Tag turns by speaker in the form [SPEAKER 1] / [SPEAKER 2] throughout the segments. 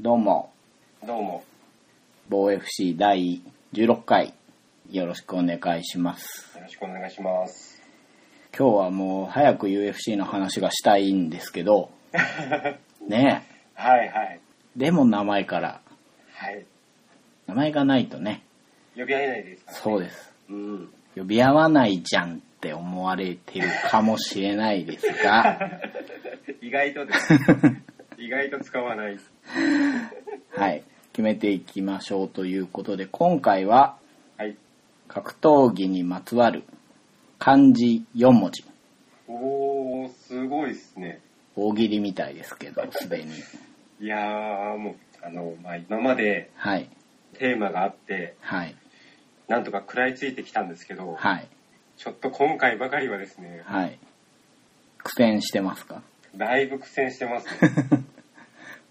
[SPEAKER 1] どうも、
[SPEAKER 2] どうも、
[SPEAKER 1] 防 FC 第16回、よろしくお願いします。
[SPEAKER 2] よろしくお願いします。
[SPEAKER 1] 今日はもう早く UFC の話がしたいんですけど、ねえ、
[SPEAKER 2] はいはい。
[SPEAKER 1] でも名前から、
[SPEAKER 2] はい。
[SPEAKER 1] 名前がないとね、
[SPEAKER 2] 呼び合えないですから、ね。
[SPEAKER 1] そう
[SPEAKER 2] う。
[SPEAKER 1] です。
[SPEAKER 2] うん。
[SPEAKER 1] 呼び合わないじゃんって思われてるかもしれないですが、
[SPEAKER 2] 意外と です。意外と使わない。
[SPEAKER 1] はい、決めていきましょうということで、今回は
[SPEAKER 2] はい。
[SPEAKER 1] 格闘技にまつわる漢字4文字。
[SPEAKER 2] おー、すごいっすね。
[SPEAKER 1] 大喜利みたいですけど、すでに。
[SPEAKER 2] いやー、もう、あの、まあ、今まで
[SPEAKER 1] はい、
[SPEAKER 2] テーマがあって、
[SPEAKER 1] はい、
[SPEAKER 2] なんとか食らいついてきたんですけど、
[SPEAKER 1] はい、
[SPEAKER 2] ちょっと今回ばかりはですね、
[SPEAKER 1] はい。苦戦してますか
[SPEAKER 2] だいぶ苦戦してますね。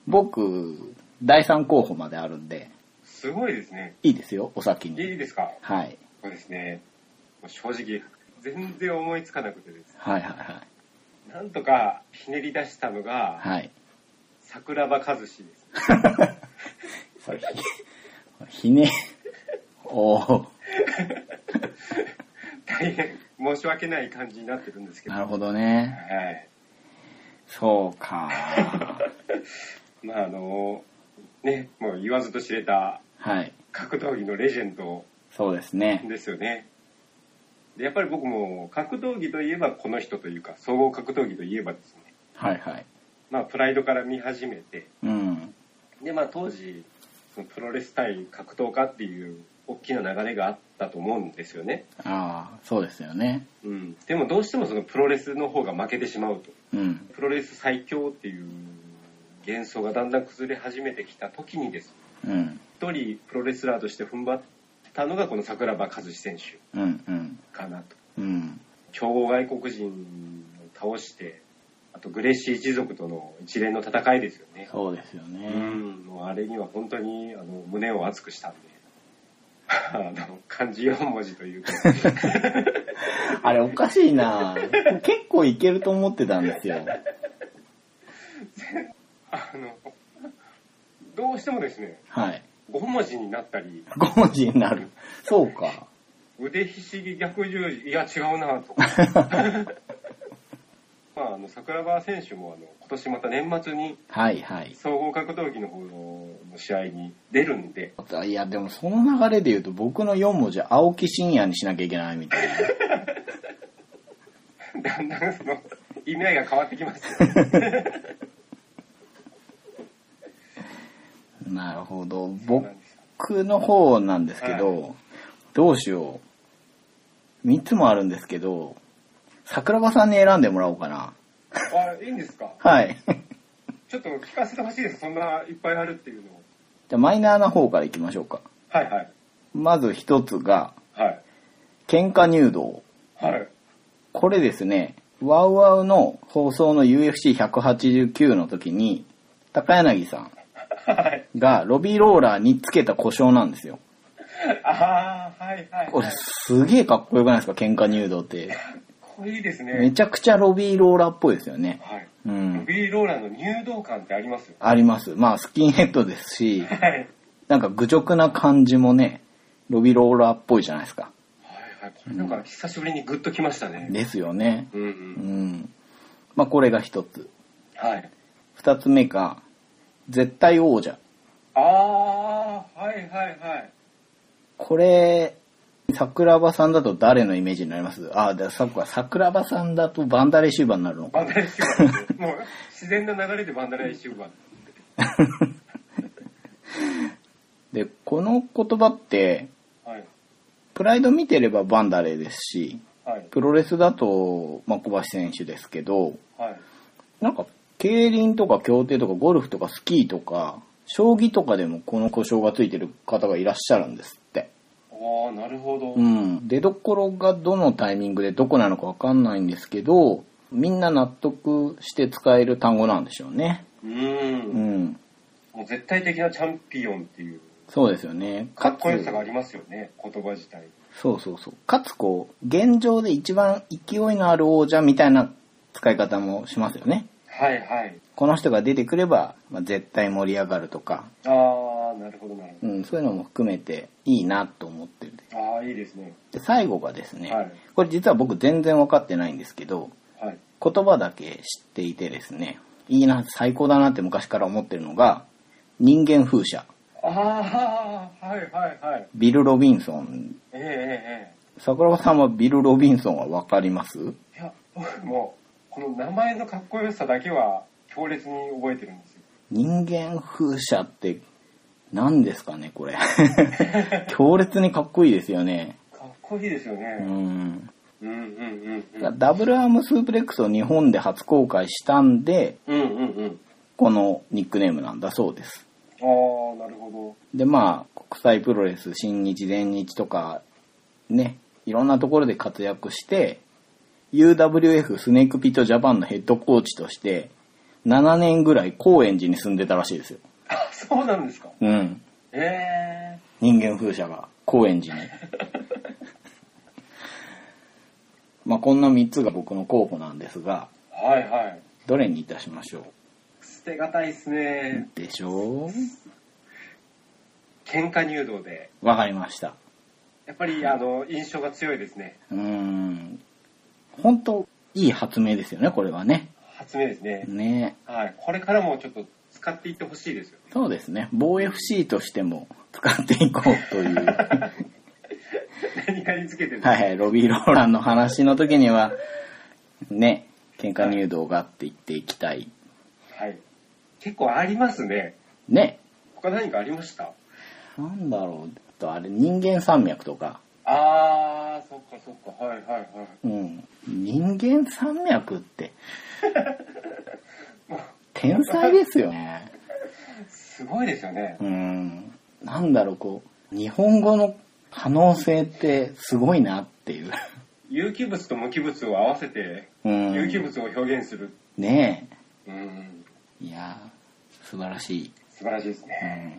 [SPEAKER 1] 僕、第3候補まであるんで、
[SPEAKER 2] すごいですね。
[SPEAKER 1] いいですよ、お先
[SPEAKER 2] い
[SPEAKER 1] に。
[SPEAKER 2] いですか
[SPEAKER 1] はい、
[SPEAKER 2] そうですね。もう正直、全然思いつかなくてです。
[SPEAKER 1] はい、はい、はい。
[SPEAKER 2] なんとかひねり出したのが、
[SPEAKER 1] はい。
[SPEAKER 2] 桜庭和志です。
[SPEAKER 1] それ、ひひね、おお
[SPEAKER 2] 大変申し訳ない感じになってるんですけど。
[SPEAKER 1] なるほどね。
[SPEAKER 2] はい。
[SPEAKER 1] そうか。
[SPEAKER 2] まああの、ね、もう言わずと知れた
[SPEAKER 1] はい、
[SPEAKER 2] 格闘技のレジェンド
[SPEAKER 1] そうですね。
[SPEAKER 2] ですよね。でやっぱり僕も格闘技といえばこの人というか、総合格闘技といえばですね、
[SPEAKER 1] はい、はい。
[SPEAKER 2] まあプライドから見始めて、
[SPEAKER 1] うん、
[SPEAKER 2] でまあ当時、そのプロレス対格闘家っていう大きな流れがあったと思うんですよね。
[SPEAKER 1] ああ、そうですよね。
[SPEAKER 2] うん。でもどうしてもそのプロレスの方が負けてしまうと。
[SPEAKER 1] うん、
[SPEAKER 2] プロレス最強っていう幻想がだんだん崩れ始めてきた時にです
[SPEAKER 1] うん、
[SPEAKER 2] 一人プロレスラーとして踏ん張ったのがこの桜庭和志選手
[SPEAKER 1] うん、うん、
[SPEAKER 2] かなと
[SPEAKER 1] うん、
[SPEAKER 2] 強豪外国人を倒してあとグレッシー一族との一連の戦いですよね
[SPEAKER 1] そうですよ
[SPEAKER 2] う
[SPEAKER 1] ね。
[SPEAKER 2] んもうあれには本当にあの胸を熱くしたんで あの漢字4文字というか
[SPEAKER 1] あれおかしいな結構いけると思ってたんですよ。
[SPEAKER 2] あのどうしてもですね
[SPEAKER 1] はい。
[SPEAKER 2] 5文字になったり
[SPEAKER 1] 5文字になる。そうか。
[SPEAKER 2] 腕ひしぎ逆十字いや違うなとまああの桜庭選手もあの今年また年末に
[SPEAKER 1] はいはい。
[SPEAKER 2] 総合格闘技の方の試合に出るんで
[SPEAKER 1] いや、でもその流れで言うと僕の4文字、青木真也にしなきゃいけないみたいな。
[SPEAKER 2] だんだんその意味合いが変わってきますよ
[SPEAKER 1] なるほど。
[SPEAKER 2] そうなんですよ
[SPEAKER 1] 僕の方なんですけど、どうしよう。3つもあるんですけど、桜庭さんに選んでもらおうかな。
[SPEAKER 2] あいいんですか
[SPEAKER 1] はい。
[SPEAKER 2] ちょっと聞かせてほしいですそんないっぱいあるっていうのを
[SPEAKER 1] じゃあマイナーな方からいきましょうか。
[SPEAKER 2] はいはい
[SPEAKER 1] まず1つが、
[SPEAKER 2] はい
[SPEAKER 1] 喧嘩入道。
[SPEAKER 2] はい
[SPEAKER 1] これですね、ワウワウの放送の UFC189 の時に、高柳さん
[SPEAKER 2] はい
[SPEAKER 1] がロビーローラーにつけた故障なんですよ。
[SPEAKER 2] ああはいはい
[SPEAKER 1] こ
[SPEAKER 2] はい
[SPEAKER 1] れ
[SPEAKER 2] か
[SPEAKER 1] すげえかっこよくないですか喧嘩入道って。
[SPEAKER 2] っこいいです
[SPEAKER 1] め
[SPEAKER 2] ね
[SPEAKER 1] ちゃくちゃロビーローラーっぽいですよね。
[SPEAKER 2] はいうロ
[SPEAKER 1] ん。
[SPEAKER 2] ビーローラーの入道感ってありますよ
[SPEAKER 1] あります。まあスキンヘッドですし、
[SPEAKER 2] はいはい
[SPEAKER 1] なんか愚直な感じもね、ロビーローラーっぽいじゃないですか。
[SPEAKER 2] はいこれなんか久しぶりにグッときましたね
[SPEAKER 1] ですよね。
[SPEAKER 2] うんう、
[SPEAKER 1] うんん。まあこれが一つ。
[SPEAKER 2] はい。
[SPEAKER 1] 二つ目が、絶対王者。
[SPEAKER 2] ああー、はいはいはい。
[SPEAKER 1] これ、桜庭さんだと誰のイメージになりますあ、でさっきは桜庭さんだとバンダレシーバーになるのか。
[SPEAKER 2] バンダレシュ バー。もう、自然な流れでバンダレシュバー。
[SPEAKER 1] で、この言葉って、
[SPEAKER 2] はい。
[SPEAKER 1] プライド見てればバンダレですし、
[SPEAKER 2] はい。
[SPEAKER 1] プロレスだと、まあ、小橋選手ですけど、
[SPEAKER 2] はい。
[SPEAKER 1] なんか、競輪とか競艇とかゴルフとかスキーとか、将棋とかでもこの故障がついてる方がいらっしゃるんですって。
[SPEAKER 2] ああ、なるほど。
[SPEAKER 1] う
[SPEAKER 2] はい。
[SPEAKER 1] ん、出どころがどのタイミングでどこなのかわかんないんですけどみんな納得して使える単語なんでしょうね
[SPEAKER 2] う。
[SPEAKER 1] うんん
[SPEAKER 2] もう絶対的なチャンピオンっていう、
[SPEAKER 1] そうですよね
[SPEAKER 2] か
[SPEAKER 1] か
[SPEAKER 2] っ
[SPEAKER 1] つ
[SPEAKER 2] こよさがありますよね、言葉自体。
[SPEAKER 1] そうそうそうかつこう現状で一番勢いのある王者みたいな使い方もしますよね
[SPEAKER 2] はいはい。
[SPEAKER 1] この人が出てくれば、まあ、絶対盛り上がるとか、
[SPEAKER 2] ああ、なるほどなるほ
[SPEAKER 1] うん、そういうのも含めていいなと思ってる
[SPEAKER 2] ど。ああ、いいですね。
[SPEAKER 1] で最後がですね、
[SPEAKER 2] はい
[SPEAKER 1] これ実は僕全然分かってないんですけど
[SPEAKER 2] はい。
[SPEAKER 1] 言葉だけ知っていてですねいいな最高だなって昔から思ってるのが人間風車
[SPEAKER 2] ああ、はいはいはい。
[SPEAKER 1] ビル・ロビンソン
[SPEAKER 2] えええ
[SPEAKER 1] 桜庭さんはビル・ロビンソンは分かります
[SPEAKER 2] えええ。いや、 僕も、この名前のかっこよさだけは強烈に覚えてるんですよ。
[SPEAKER 1] 人間風車って何ですかねこれ 強烈にかっこいいですよね
[SPEAKER 2] かっこいいですよ
[SPEAKER 1] う
[SPEAKER 2] ね。
[SPEAKER 1] ん
[SPEAKER 2] うんうんうんうん。
[SPEAKER 1] ダブルアームスープレックスを日本で初公開したんで
[SPEAKER 2] うんうん
[SPEAKER 1] このニックネームなんだそうです
[SPEAKER 2] うん。ああ、なるほ
[SPEAKER 1] でまあ国際プロレス新日全日とかねいろんなところで活躍して UWF スネークピットジャパンのヘッドコーチとして7年ぐらい高円寺に住んでたらしいですよ
[SPEAKER 2] ど。あそうなんですか。
[SPEAKER 1] うん
[SPEAKER 2] ええ
[SPEAKER 1] 人間風車が高円寺に まあこんな3つが僕の候補なんですが
[SPEAKER 2] はいはい。
[SPEAKER 1] どれにいたしましょ
[SPEAKER 2] 捨てがたいっす
[SPEAKER 1] う
[SPEAKER 2] ね。
[SPEAKER 1] でしょ
[SPEAKER 2] 喧嘩入道で。
[SPEAKER 1] うわかりました
[SPEAKER 2] やっぱり、あの、印象が強いですね。
[SPEAKER 1] うーん本当いい発明ですよねこれはね
[SPEAKER 2] 発明ですね。
[SPEAKER 1] ね
[SPEAKER 2] はい。これからもちょっと使っていってほしいですよ。
[SPEAKER 1] そうですね防 FC としても使っていこうという
[SPEAKER 2] 何かにつけてる。
[SPEAKER 1] はいはいロビー・ローランの話の時にはね喧嘩入道がって言っていきたい
[SPEAKER 2] はい。結構ありますね。
[SPEAKER 1] ね
[SPEAKER 2] 他何かありました
[SPEAKER 1] なんだろうとあれ人間山脈とか
[SPEAKER 2] あー、そっかそっか。はいはいはい。
[SPEAKER 1] うん人間山脈って天才ですよね
[SPEAKER 2] すごいですよね。
[SPEAKER 1] うんなんだろうこう日本語の可能性ってすごいなっていう
[SPEAKER 2] 有機物と無機物を合わせて、
[SPEAKER 1] うん
[SPEAKER 2] 有機物を表現する。
[SPEAKER 1] ね
[SPEAKER 2] うん。
[SPEAKER 1] えいやー素晴らしい
[SPEAKER 2] 素晴らしいですね。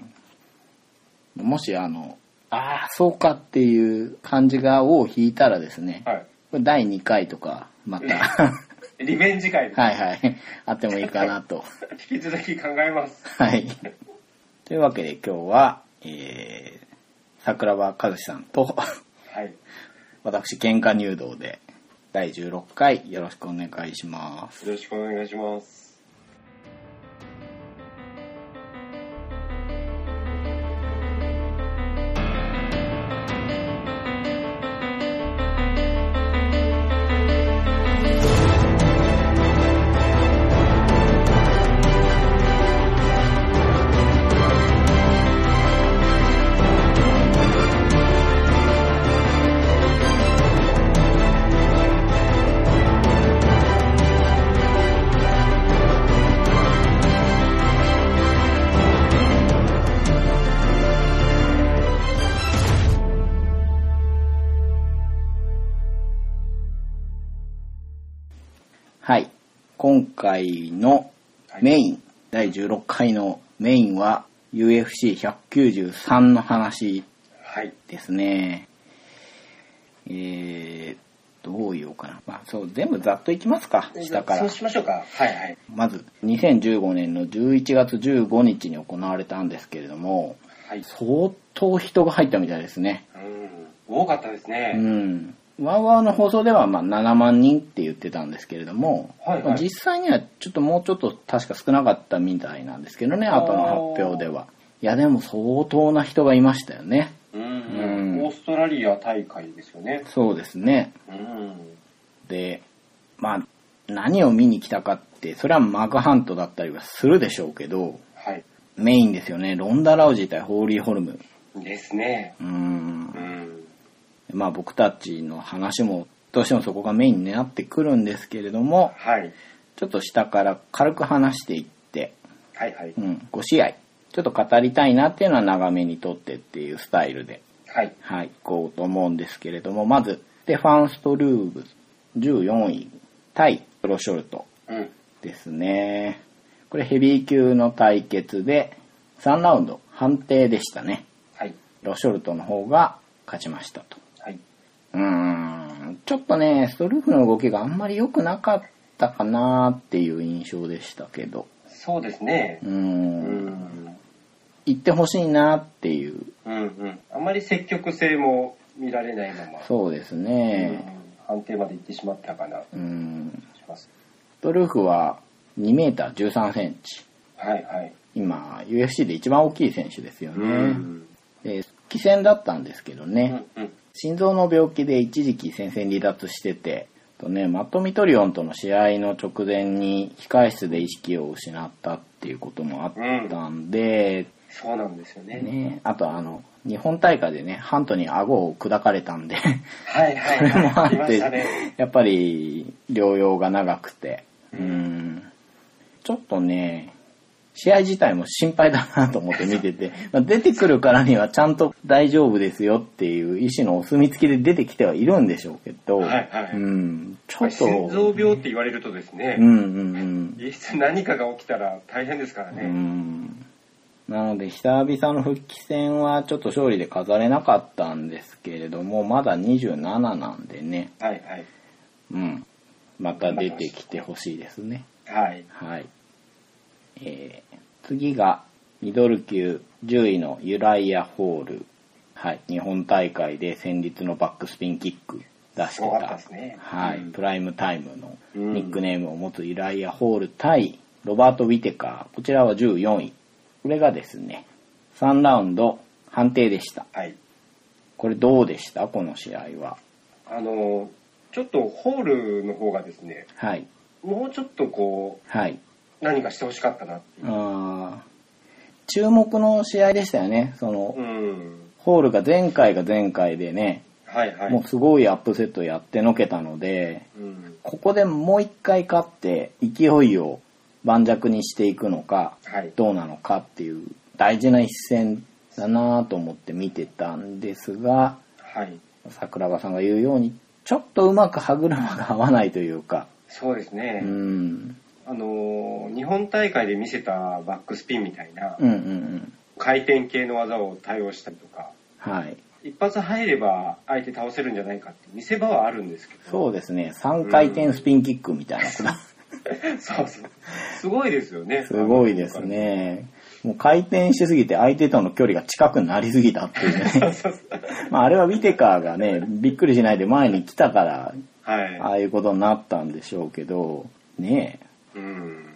[SPEAKER 1] うんもしあのああそうかっていう感じがを引いたらですね、
[SPEAKER 2] はい。
[SPEAKER 1] これ第2回とかまた
[SPEAKER 2] うん
[SPEAKER 1] は
[SPEAKER 2] リベンジ会です。
[SPEAKER 1] いはいあってもいいかなと
[SPEAKER 2] 引き続き考えます。
[SPEAKER 1] はいというわけで今日は、えー、桜庭和志さんと
[SPEAKER 2] はい。
[SPEAKER 1] 私喧嘩入道で第16回よろしくお願いします
[SPEAKER 2] よろしくお願いします。
[SPEAKER 1] はい今回のメイン、第16回のメインは UFC193 の話
[SPEAKER 2] はい。
[SPEAKER 1] ですね。えー、どう言おうかな。まあ、そう、全部ざっといきますか。下か
[SPEAKER 2] そう
[SPEAKER 1] ら。
[SPEAKER 2] しましょうか。はいはい。
[SPEAKER 1] まず、2015年の11月15日に行われたんですけれども、
[SPEAKER 2] はい。
[SPEAKER 1] 相当人が入ったみたいですね。
[SPEAKER 2] うん。多かったです
[SPEAKER 1] う
[SPEAKER 2] ね。
[SPEAKER 1] ん。ワーワーの放送では、まあ、7万人って言ってたんですけれども、
[SPEAKER 2] はいはい
[SPEAKER 1] まあ実際にはちょっともうちょっと確か少なかったみたいなんですけどね、後の発表では。いや、でも相当な人がいましたよね。
[SPEAKER 2] うん。
[SPEAKER 1] うん
[SPEAKER 2] オーストラリア大会ですよね。
[SPEAKER 1] そうですね。
[SPEAKER 2] うん。
[SPEAKER 1] でまあ何を見に来たかってそれはマークハントだったりはするでしょうけど
[SPEAKER 2] はい。
[SPEAKER 1] メインですよねロンダ・ラウジ対ホーリー・ホルム
[SPEAKER 2] ですね。
[SPEAKER 1] うーん
[SPEAKER 2] うん。
[SPEAKER 1] まあ僕たちの話もどうしてもそこがメインになってくるんですけれども
[SPEAKER 2] はい。
[SPEAKER 1] ちょっと下から軽く話していって、
[SPEAKER 2] はいはい。
[SPEAKER 1] うん、5試合ちょっと語りたいなっていうのは長めにとってっていうスタイルで
[SPEAKER 2] はい。
[SPEAKER 1] はい、行こうと思うんですけれどもまずステファン・ストルーブ14位対プロショルト
[SPEAKER 2] うん。
[SPEAKER 1] ですね。これヘビー級の対決で3ラウンド判定でしたね。
[SPEAKER 2] はい。
[SPEAKER 1] ロショルトの方が勝ちましたと。
[SPEAKER 2] はい。
[SPEAKER 1] うーん、ちょっとね、ストルーフの動きがあんまり良くなかっったかなっていう印象でしたけど。
[SPEAKER 2] そうですね
[SPEAKER 1] う。。
[SPEAKER 2] うんん。
[SPEAKER 1] 行ってほしいなっていう。
[SPEAKER 2] うんうん。あまり積極性も見られないまま、
[SPEAKER 1] そうですね。
[SPEAKER 2] うん判定まで行ってしまったかなと
[SPEAKER 1] うん。
[SPEAKER 2] します。
[SPEAKER 1] ドルフは2メーター13センチ。
[SPEAKER 2] はいはい。
[SPEAKER 1] 今、UFC で一番大きい選手ですよ
[SPEAKER 2] う
[SPEAKER 1] ね。
[SPEAKER 2] ん。
[SPEAKER 1] で、復帰戦だったんですけど
[SPEAKER 2] う
[SPEAKER 1] ね。
[SPEAKER 2] んうん。
[SPEAKER 1] 心臓の病気で一時期戦線離脱してて、とね、マット・ミトリオンとの試合の直前に控室で意識を失ったっていうこともあったんで、
[SPEAKER 2] そうなんですよね。
[SPEAKER 1] ね、あとあの、日本大会でね、ハントに顎を砕かれたんで、
[SPEAKER 2] はいはい
[SPEAKER 1] それもあ
[SPEAKER 2] は
[SPEAKER 1] っ
[SPEAKER 2] い。いま
[SPEAKER 1] て
[SPEAKER 2] したね。
[SPEAKER 1] やっぱり療養が長くて、う
[SPEAKER 2] うん
[SPEAKER 1] ん、ちょっとね、試合自体も心配だなと思って見てて、 まあ出てくるからにはちゃんと大丈夫ですよっていう医師のお墨付きで出てきてはいるんでしょうけど、
[SPEAKER 2] はいはい
[SPEAKER 1] うん、ちょ
[SPEAKER 2] まあ
[SPEAKER 1] っと、
[SPEAKER 2] 心臓病って言われるとですね、
[SPEAKER 1] うんうんうん、
[SPEAKER 2] いつ何かが起きたら大変ですから
[SPEAKER 1] う
[SPEAKER 2] ね。
[SPEAKER 1] んなので久々の復帰戦はちょっと勝利で飾れなかったんですけれどもまだ27なんでね、
[SPEAKER 2] はいはい。
[SPEAKER 1] うん、また出てきてほしいですね。
[SPEAKER 2] はい。
[SPEAKER 1] はい。えー次が、ミドル級10位のユライア・ホール。はい。日本大会で戦律のバックスピンキック出して
[SPEAKER 2] すごかった
[SPEAKER 1] た。
[SPEAKER 2] ですね。
[SPEAKER 1] はい、
[SPEAKER 2] うん
[SPEAKER 1] プライムタイムのニックネームを持つユライア・ホール対ロバート・ウィテカー。こちらは14位。これがですね、3ラウンド判定でした。
[SPEAKER 2] はい。
[SPEAKER 1] これどうでしたこの試合は。
[SPEAKER 2] あの、ちょっとホールの方がですね、
[SPEAKER 1] はい。
[SPEAKER 2] もうちょっとこ
[SPEAKER 1] はい。
[SPEAKER 2] う、何かしてほしかったなっていう。
[SPEAKER 1] あー注目の試合でしたよね。その、
[SPEAKER 2] うん。
[SPEAKER 1] ホールが前回が前回でね、
[SPEAKER 2] はいはい。
[SPEAKER 1] もうすごいアップセットやってのけたので、
[SPEAKER 2] うん。
[SPEAKER 1] ここでもう一回勝って勢いを盤石にしていくのか、
[SPEAKER 2] はい。
[SPEAKER 1] どうなのかっていう大事な一戦だなぁと思って見てたんですが、
[SPEAKER 2] はい。
[SPEAKER 1] 桜庭さんが言うように、ちょっとうまく歯車が合わないというか、
[SPEAKER 2] そうですね
[SPEAKER 1] う。ん、
[SPEAKER 2] あの、日本大会で見せたバックスピンみたいな
[SPEAKER 1] うんうんうん。
[SPEAKER 2] 回転系の技を対応したりとか、
[SPEAKER 1] はい。
[SPEAKER 2] 一発入れば相手倒せるんじゃないかって見せ場はあるんですけど、
[SPEAKER 1] そうですね、3回転スピンキックみたいなこと。
[SPEAKER 2] そうそう。すごいですよね。
[SPEAKER 1] すごいですね。もう回転しすぎて相手との距離が近くなりすぎたっていうね。
[SPEAKER 2] そうそう。
[SPEAKER 1] まああれはウィテカーがね、びっくりしないで前に来たから、あ
[SPEAKER 2] は
[SPEAKER 1] あいうことになったんでしょうけど、ね
[SPEAKER 2] い。うん。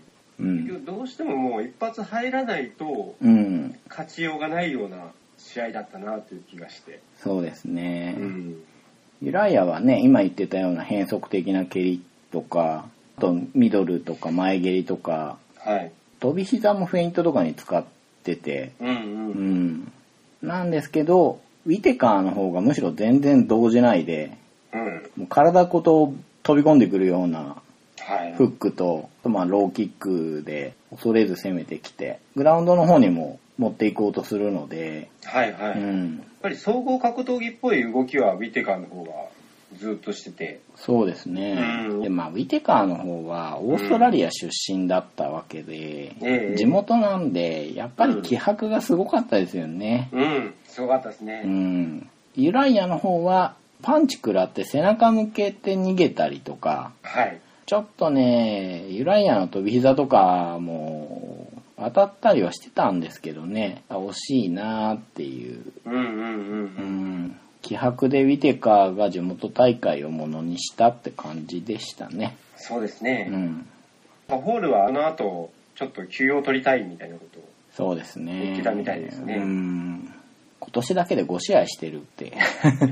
[SPEAKER 1] え。うん。
[SPEAKER 2] どうしてももう一発入らないと
[SPEAKER 1] うん。
[SPEAKER 2] 勝ちようがないような試合だったなという気がして。
[SPEAKER 1] そうですね
[SPEAKER 2] う。ん。
[SPEAKER 1] ユライアはね、今言ってたような変則的な蹴りとか、あとミドルとか前蹴りとか、
[SPEAKER 2] はい。
[SPEAKER 1] 飛び膝もフェイントとかに使ってて、
[SPEAKER 2] うんう。
[SPEAKER 1] うんん。なんですけど、ウィテカーの方がむしろ全然動じないで、
[SPEAKER 2] うん。
[SPEAKER 1] もう体ごと飛び込んでくるような
[SPEAKER 2] はい。
[SPEAKER 1] フックと、まあ、ローキックで恐れず攻めてきて、グラウンドの方にも持っていこうとするので、
[SPEAKER 2] はいは
[SPEAKER 1] う
[SPEAKER 2] い。やっ
[SPEAKER 1] ん、
[SPEAKER 2] ぱり総合格闘技っぽい動きはウィテカーの方がずっとしてて。
[SPEAKER 1] そうですね。
[SPEAKER 2] うん
[SPEAKER 1] で、まあ、ウィテカーの方はオーストラリア出身だったわけで、
[SPEAKER 2] ええ
[SPEAKER 1] 地元なんで、やっぱり気迫がすごかったですよね。
[SPEAKER 2] うん。すごかったです
[SPEAKER 1] う
[SPEAKER 2] ね。
[SPEAKER 1] ん。ユライアの方は、パンチ食らって背中向けて逃げたりとか、
[SPEAKER 2] はい。
[SPEAKER 1] ちょっとね、ユライアの飛び膝とかも当たったりはしてたんですけどね、あ惜しいなーっていう、
[SPEAKER 2] うんうんう
[SPEAKER 1] うんん、気迫でウィテカーが地元大会をものにしたって感じでしたね。
[SPEAKER 2] そうです
[SPEAKER 1] う
[SPEAKER 2] ね。
[SPEAKER 1] ん、
[SPEAKER 2] ホールはあの後、ちょっと休養取りたいみたいなことを。
[SPEAKER 1] そうですね。
[SPEAKER 2] 言ってたみたいですね
[SPEAKER 1] うん、今年だけで5試合してるって。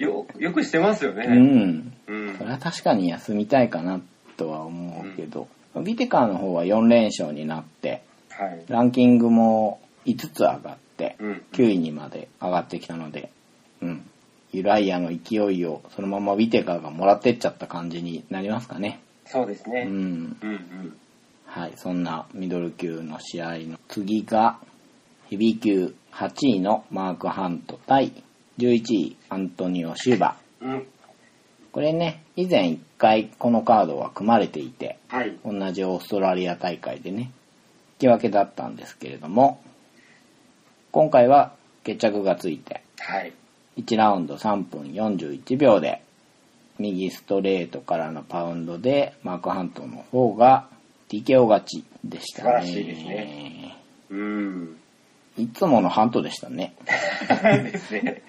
[SPEAKER 2] よよくしてます よ
[SPEAKER 1] う
[SPEAKER 2] ね。
[SPEAKER 1] ん、
[SPEAKER 2] うん
[SPEAKER 1] それは確かに休みたいかなとは思うけど、ウィテカーの方は4連勝になって、
[SPEAKER 2] はい。
[SPEAKER 1] ランキングも5つ上がって、
[SPEAKER 2] うん。
[SPEAKER 1] 9位にまで上がってきたので、うん。ユライアの勢いをそのままウィテカーがもらってっちゃった感じになりますかね。
[SPEAKER 2] そうです
[SPEAKER 1] う
[SPEAKER 2] ね。
[SPEAKER 1] ん。
[SPEAKER 2] うんうん。
[SPEAKER 1] はい。そんなミドル級の試合の次が、ヘビー級8位のマーク・ハント対11位アントニオ・シューバ。
[SPEAKER 2] うん。
[SPEAKER 1] これね、以前1回このカードは組まれていて、
[SPEAKER 2] はい。
[SPEAKER 1] 同じオーストラリア大会でね、引き分けだったんですけれども、今回は決着がついて、
[SPEAKER 2] はい。
[SPEAKER 1] 1ラウンド3分41秒で右ストレートからのパウンドでマークハントの方が TKO 勝ちでしたね。
[SPEAKER 2] 素晴らしいですねうん。
[SPEAKER 1] いつものハントでしたね。
[SPEAKER 2] ですね。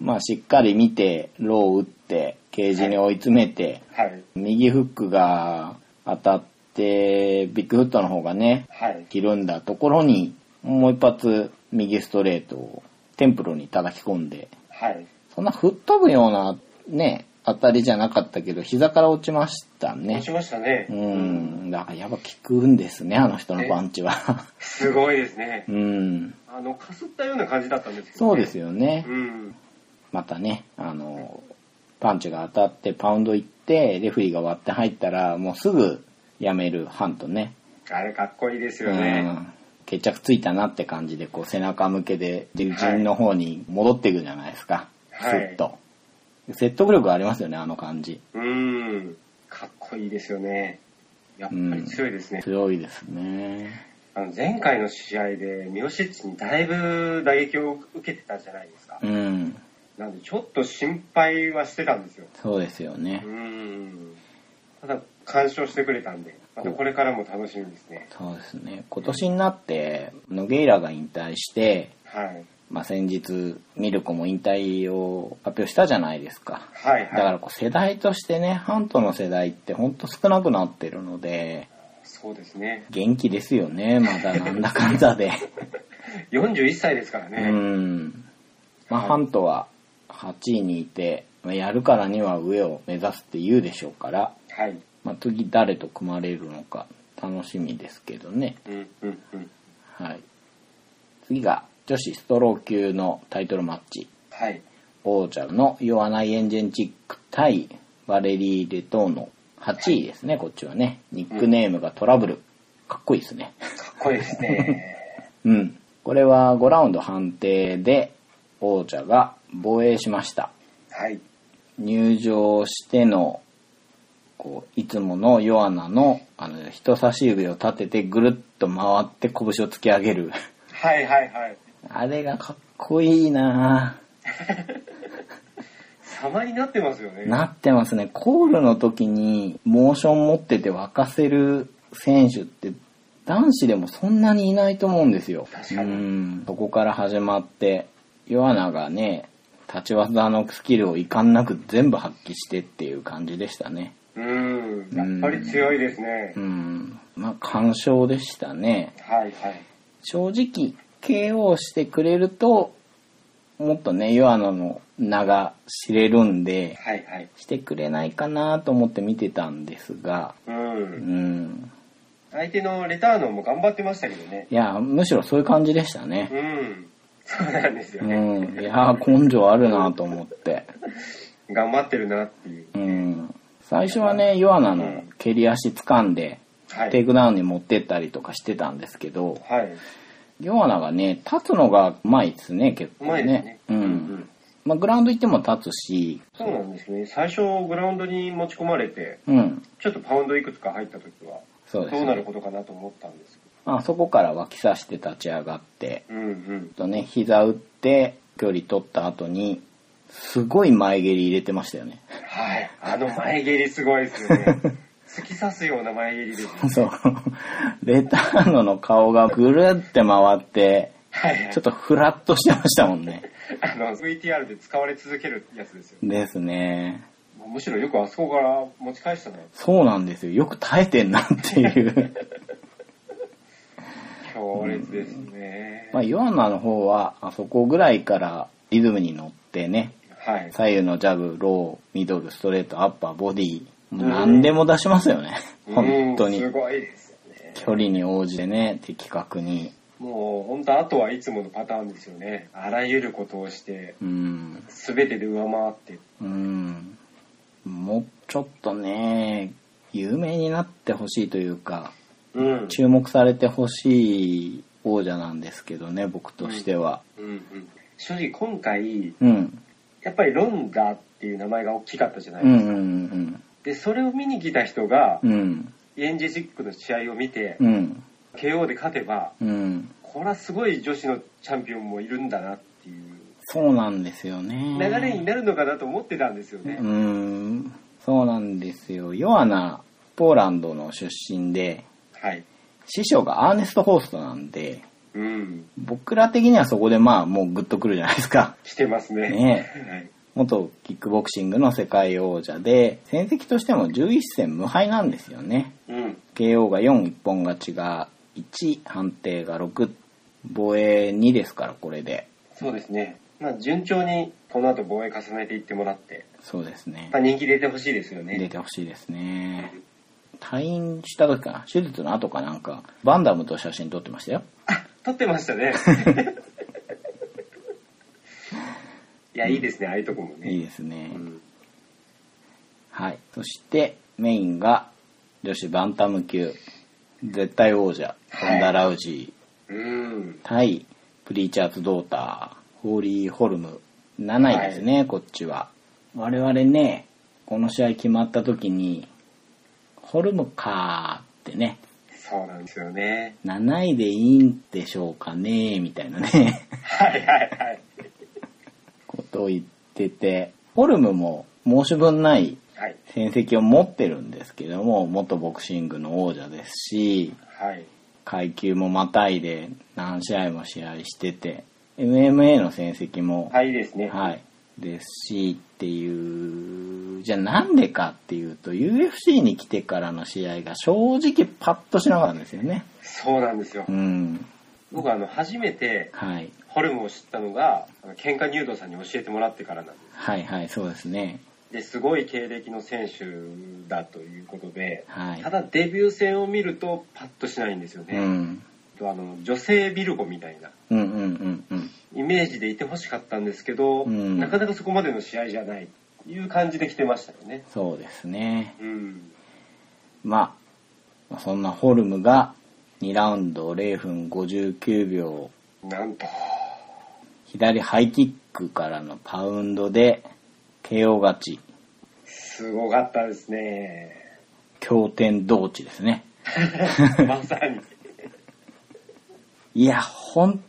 [SPEAKER 1] まあしっかり見て、ローを打って、ケージに追い詰めて、
[SPEAKER 2] はい。
[SPEAKER 1] 右フックが当たって、ビッグフットの方がね、
[SPEAKER 2] はい。
[SPEAKER 1] 切るんだところに、もう一発右ストレートをテンプルに叩き込んで、
[SPEAKER 2] はい。
[SPEAKER 1] そんな吹っ飛ぶようなね、当たりじゃなかったけど、膝から落ちました
[SPEAKER 2] 落
[SPEAKER 1] ね
[SPEAKER 2] ち。ましたね。
[SPEAKER 1] う。ん、だからやっぱ効くんですね、あの人のパンチ は。。
[SPEAKER 2] すごいですね
[SPEAKER 1] うん、
[SPEAKER 2] あの、かすったような感じだったんですけど、
[SPEAKER 1] そうです
[SPEAKER 2] よ。
[SPEAKER 1] よね。
[SPEAKER 2] うん。
[SPEAKER 1] またね、あの、パンチが当たってパウンド行って、レフェリーが割って入ったら、もうすぐやめるハントね。
[SPEAKER 2] あれかっこいいですよ
[SPEAKER 1] う
[SPEAKER 2] ね。
[SPEAKER 1] ん決着ついたなって感じでこう背中向けで自陣の方に戻っていくじゃないですか、
[SPEAKER 2] はい
[SPEAKER 1] スッと説得力ありますよねあの感じ
[SPEAKER 2] うん。かっこいいですよね。やっぱり強いですね。
[SPEAKER 1] 強いですね
[SPEAKER 2] あの前回の試合でミオシッチにだいぶ打撃を受けてたじゃないですか。
[SPEAKER 1] うん
[SPEAKER 2] なんでちょっと心配はしてたんですよ。
[SPEAKER 1] そうですよね
[SPEAKER 2] うん。ただ、干渉してくれたんで、またこれからも楽しみですね。
[SPEAKER 1] そうですね今年になってノゲイラが引退して、
[SPEAKER 2] はい。
[SPEAKER 1] まあ、先日ミルコも引退を発表したじゃないですか
[SPEAKER 2] はい
[SPEAKER 1] だか
[SPEAKER 2] は
[SPEAKER 1] らこう世代としてねハントの世代ってほんと少なくなってるので
[SPEAKER 2] い。そうですね。
[SPEAKER 1] 元気ですよねまだなんだかんだ で
[SPEAKER 2] 41歳ですから
[SPEAKER 1] う
[SPEAKER 2] ね。
[SPEAKER 1] ん。まあ、
[SPEAKER 2] はい
[SPEAKER 1] ハントは8位にいて、まあやるからには上を目指すって言うでしょうから、
[SPEAKER 2] はい。
[SPEAKER 1] まあ、次誰と組まれるのか楽しみですけどね。
[SPEAKER 2] うんうんうん。
[SPEAKER 1] はい。次が女子ストロー級のタイトルマッチ。
[SPEAKER 2] はい。
[SPEAKER 1] 王者のヨアナイ・エンジェンチック対バレリー・レトーノ。8位ですね、こっちはね。ニックネームがトラブル。かっこいいですね。
[SPEAKER 2] かっこいいですね。
[SPEAKER 1] うん。これは5ラウンド判定で王者が防衛しました。
[SPEAKER 2] はい。
[SPEAKER 1] 入場しての、こう、いつものヨアナの、あの、人差し指を立ててぐるっと回って拳を突き上げる。
[SPEAKER 2] はいはいはい。
[SPEAKER 1] あれがかっこいいなぁ
[SPEAKER 2] 様になってますよね。
[SPEAKER 1] なってますね。コールの時にモーション持ってて沸かせる選手って男子でもそんなにいないと思うんですよ。
[SPEAKER 2] 確かに
[SPEAKER 1] うん。そこから始まって、ヨアナがね、立ち技のスキルを遺憾なく全部発揮してっていう感じでしたね。
[SPEAKER 2] うん。やっぱり強いですね
[SPEAKER 1] う。ん。まあ、干渉でしたね。
[SPEAKER 2] はいはい。
[SPEAKER 1] 正直、KO してくれると、もっとね、ヨアナの名が知れるんで、
[SPEAKER 2] はいはい。
[SPEAKER 1] してくれないかなと思って見てたんですが、
[SPEAKER 2] う。
[SPEAKER 1] うんん。
[SPEAKER 2] 相手のレターノも頑張ってましたけどね。
[SPEAKER 1] いや、むしろそういう感じでした
[SPEAKER 2] う
[SPEAKER 1] ね。
[SPEAKER 2] ん。そうなんですよ
[SPEAKER 1] う
[SPEAKER 2] ね。
[SPEAKER 1] ん。いや、根性あるなと思って。
[SPEAKER 2] 頑張ってるなっていう。
[SPEAKER 1] うん。最初はね、ヨアナ
[SPEAKER 2] う
[SPEAKER 1] の
[SPEAKER 2] ん
[SPEAKER 1] 蹴り足掴んで、
[SPEAKER 2] はい。
[SPEAKER 1] テイクダウンに持ってったりとかしてたんですけど、
[SPEAKER 2] はい。
[SPEAKER 1] ヨアナがね、立つのがうまいですね、結構
[SPEAKER 2] うま
[SPEAKER 1] ね。
[SPEAKER 2] いですね。
[SPEAKER 1] うん。
[SPEAKER 2] うん
[SPEAKER 1] まあ、グラウンド行っても立つし、
[SPEAKER 2] そうなんですね。最初、グラウンドに持ち込まれて、
[SPEAKER 1] うん。
[SPEAKER 2] ちょっとパウンドいくつか入った時は、
[SPEAKER 1] そうです
[SPEAKER 2] どうなる
[SPEAKER 1] ね。
[SPEAKER 2] ことかなと思ったんです
[SPEAKER 1] まあ、そこから脇差して立ち上がって、
[SPEAKER 2] けど。うんうん
[SPEAKER 1] ちょっ。とね、膝打って、距離取った後に、すごい前蹴り入れてました よね。
[SPEAKER 2] はい。あの前蹴りすごいですよ ね。突き刺すような前蹴りですね。
[SPEAKER 1] そう。レターノの顔がぐるって回って、
[SPEAKER 2] はい。
[SPEAKER 1] ちょっとフラッとしてましたもんね。
[SPEAKER 2] あの、VTR で使われ続けるやつですよ。
[SPEAKER 1] ですね。
[SPEAKER 2] むしろよくあそこから持ち返したね。
[SPEAKER 1] そうなんですよ。よく耐えてんなって いう。
[SPEAKER 2] 強烈ですね。
[SPEAKER 1] まあ、ヨアナの方は、あそこぐらいからリズムに乗ってね、
[SPEAKER 2] はい。
[SPEAKER 1] 左右のジャブ、ロー、ミドル、ストレート、アッパー、ボディ、もう何でも出しますよね。本当に
[SPEAKER 2] うん。すごいですよね。
[SPEAKER 1] 距離に応じてね、的確に。
[SPEAKER 2] もう本当あとはいつものパターンですよね。あらゆることをして、
[SPEAKER 1] うん。
[SPEAKER 2] すべてで上回って。
[SPEAKER 1] うん。もうちょっとね、有名になってほしいというか、
[SPEAKER 2] うん。
[SPEAKER 1] 注目されてほしい王者なんですけどね、僕としては。
[SPEAKER 2] うんうん。正直今回、
[SPEAKER 1] うん。
[SPEAKER 2] やっぱりロンダっていう名前が大きかったじゃない
[SPEAKER 1] うん
[SPEAKER 2] です
[SPEAKER 1] う
[SPEAKER 2] か。
[SPEAKER 1] ん
[SPEAKER 2] で、それを見に来た人が
[SPEAKER 1] う、ん。うん。
[SPEAKER 2] エンジェジックの試合を見て、
[SPEAKER 1] うん。
[SPEAKER 2] KO で勝てば、
[SPEAKER 1] うん。
[SPEAKER 2] これはすごい女子のチャンピオンもいるんだなっていう。
[SPEAKER 1] そうなんですよね。
[SPEAKER 2] 流れになるのかなと思ってたんですよね
[SPEAKER 1] うー。ん、そうなんですよ。ヨアナ、ポーランドの出身で、
[SPEAKER 2] はい。
[SPEAKER 1] 師匠がアーネスト・ホーストなんで、
[SPEAKER 2] うん。
[SPEAKER 1] 僕ら的にはそこでまあもうグッとくるじゃないですか。
[SPEAKER 2] してますね。
[SPEAKER 1] ね
[SPEAKER 2] はい。
[SPEAKER 1] 元キックボクシングの世界王者で、戦績としても11戦無敗なんですよね。
[SPEAKER 2] うん。
[SPEAKER 1] KO が4、一本勝ちが1、判定が6、防衛2ですから、これで。
[SPEAKER 2] そうですね。まあ、順調にこの後防衛重ねていってもらって、
[SPEAKER 1] そうですね
[SPEAKER 2] ま。あ、人気出てほしいですよ
[SPEAKER 1] 出
[SPEAKER 2] ね。
[SPEAKER 1] てほしいですね。退院した時かな手術の後かなんか、バンダムと写真撮ってましたよ。
[SPEAKER 2] 撮ってましたね。いや、いいですね、ああいうとこもね。
[SPEAKER 1] いいですね。
[SPEAKER 2] うん
[SPEAKER 1] はい。そして、メインが、女子バンタム級、絶対王者、ホンダ・ラウジ
[SPEAKER 2] うん
[SPEAKER 1] ー、。対、プリーチャーズ・ドーター、ホーリー・ホルム、7位ですね、こっちは。我々ね、この試合決まった時に、ホルムかーってね、
[SPEAKER 2] そうなんですよね。
[SPEAKER 1] 7位でいいんでしょうかねみたいなね、
[SPEAKER 2] はいはいはい。
[SPEAKER 1] ことを言ってて、ホルムも申し分ない
[SPEAKER 2] はい。
[SPEAKER 1] 戦績を持ってるんですけども、元ボクシングの王者ですし、
[SPEAKER 2] はい。
[SPEAKER 1] 階級もまたいで何試合も試合してて MMA の成績も、
[SPEAKER 2] はい、いいですね。
[SPEAKER 1] はいですしっていうじゃあなんでかっていうと UFC に来てからの試合が正直パッとしなかったんですよね
[SPEAKER 2] そうなんですよ
[SPEAKER 1] う。ん
[SPEAKER 2] 僕、あの、初めて、
[SPEAKER 1] はい
[SPEAKER 2] ホルムを知ったのが、あの喧嘩入道さんに教えてもらってからなんで
[SPEAKER 1] はいはいそうですね
[SPEAKER 2] す。で、すごい経歴の選手だということで、
[SPEAKER 1] はい
[SPEAKER 2] ただデビュー戦を見るとパッとしないんですよ
[SPEAKER 1] う
[SPEAKER 2] ね。
[SPEAKER 1] ん
[SPEAKER 2] とあの女性ビルゴみたいな
[SPEAKER 1] うんうんうんうん
[SPEAKER 2] イメージでいてほしかったんですけど、
[SPEAKER 1] うん
[SPEAKER 2] なかなかそこまでの試合じゃないという感じで来てましたよね。
[SPEAKER 1] そうですね
[SPEAKER 2] うん。
[SPEAKER 1] まあそんなホルムが2ラウンド0分59秒
[SPEAKER 2] なんと。
[SPEAKER 1] 左ハイキックからのパウンドで KO 勝ち
[SPEAKER 2] すごかったです ね。
[SPEAKER 1] 経典同地ですね
[SPEAKER 2] まさに。
[SPEAKER 1] いやほん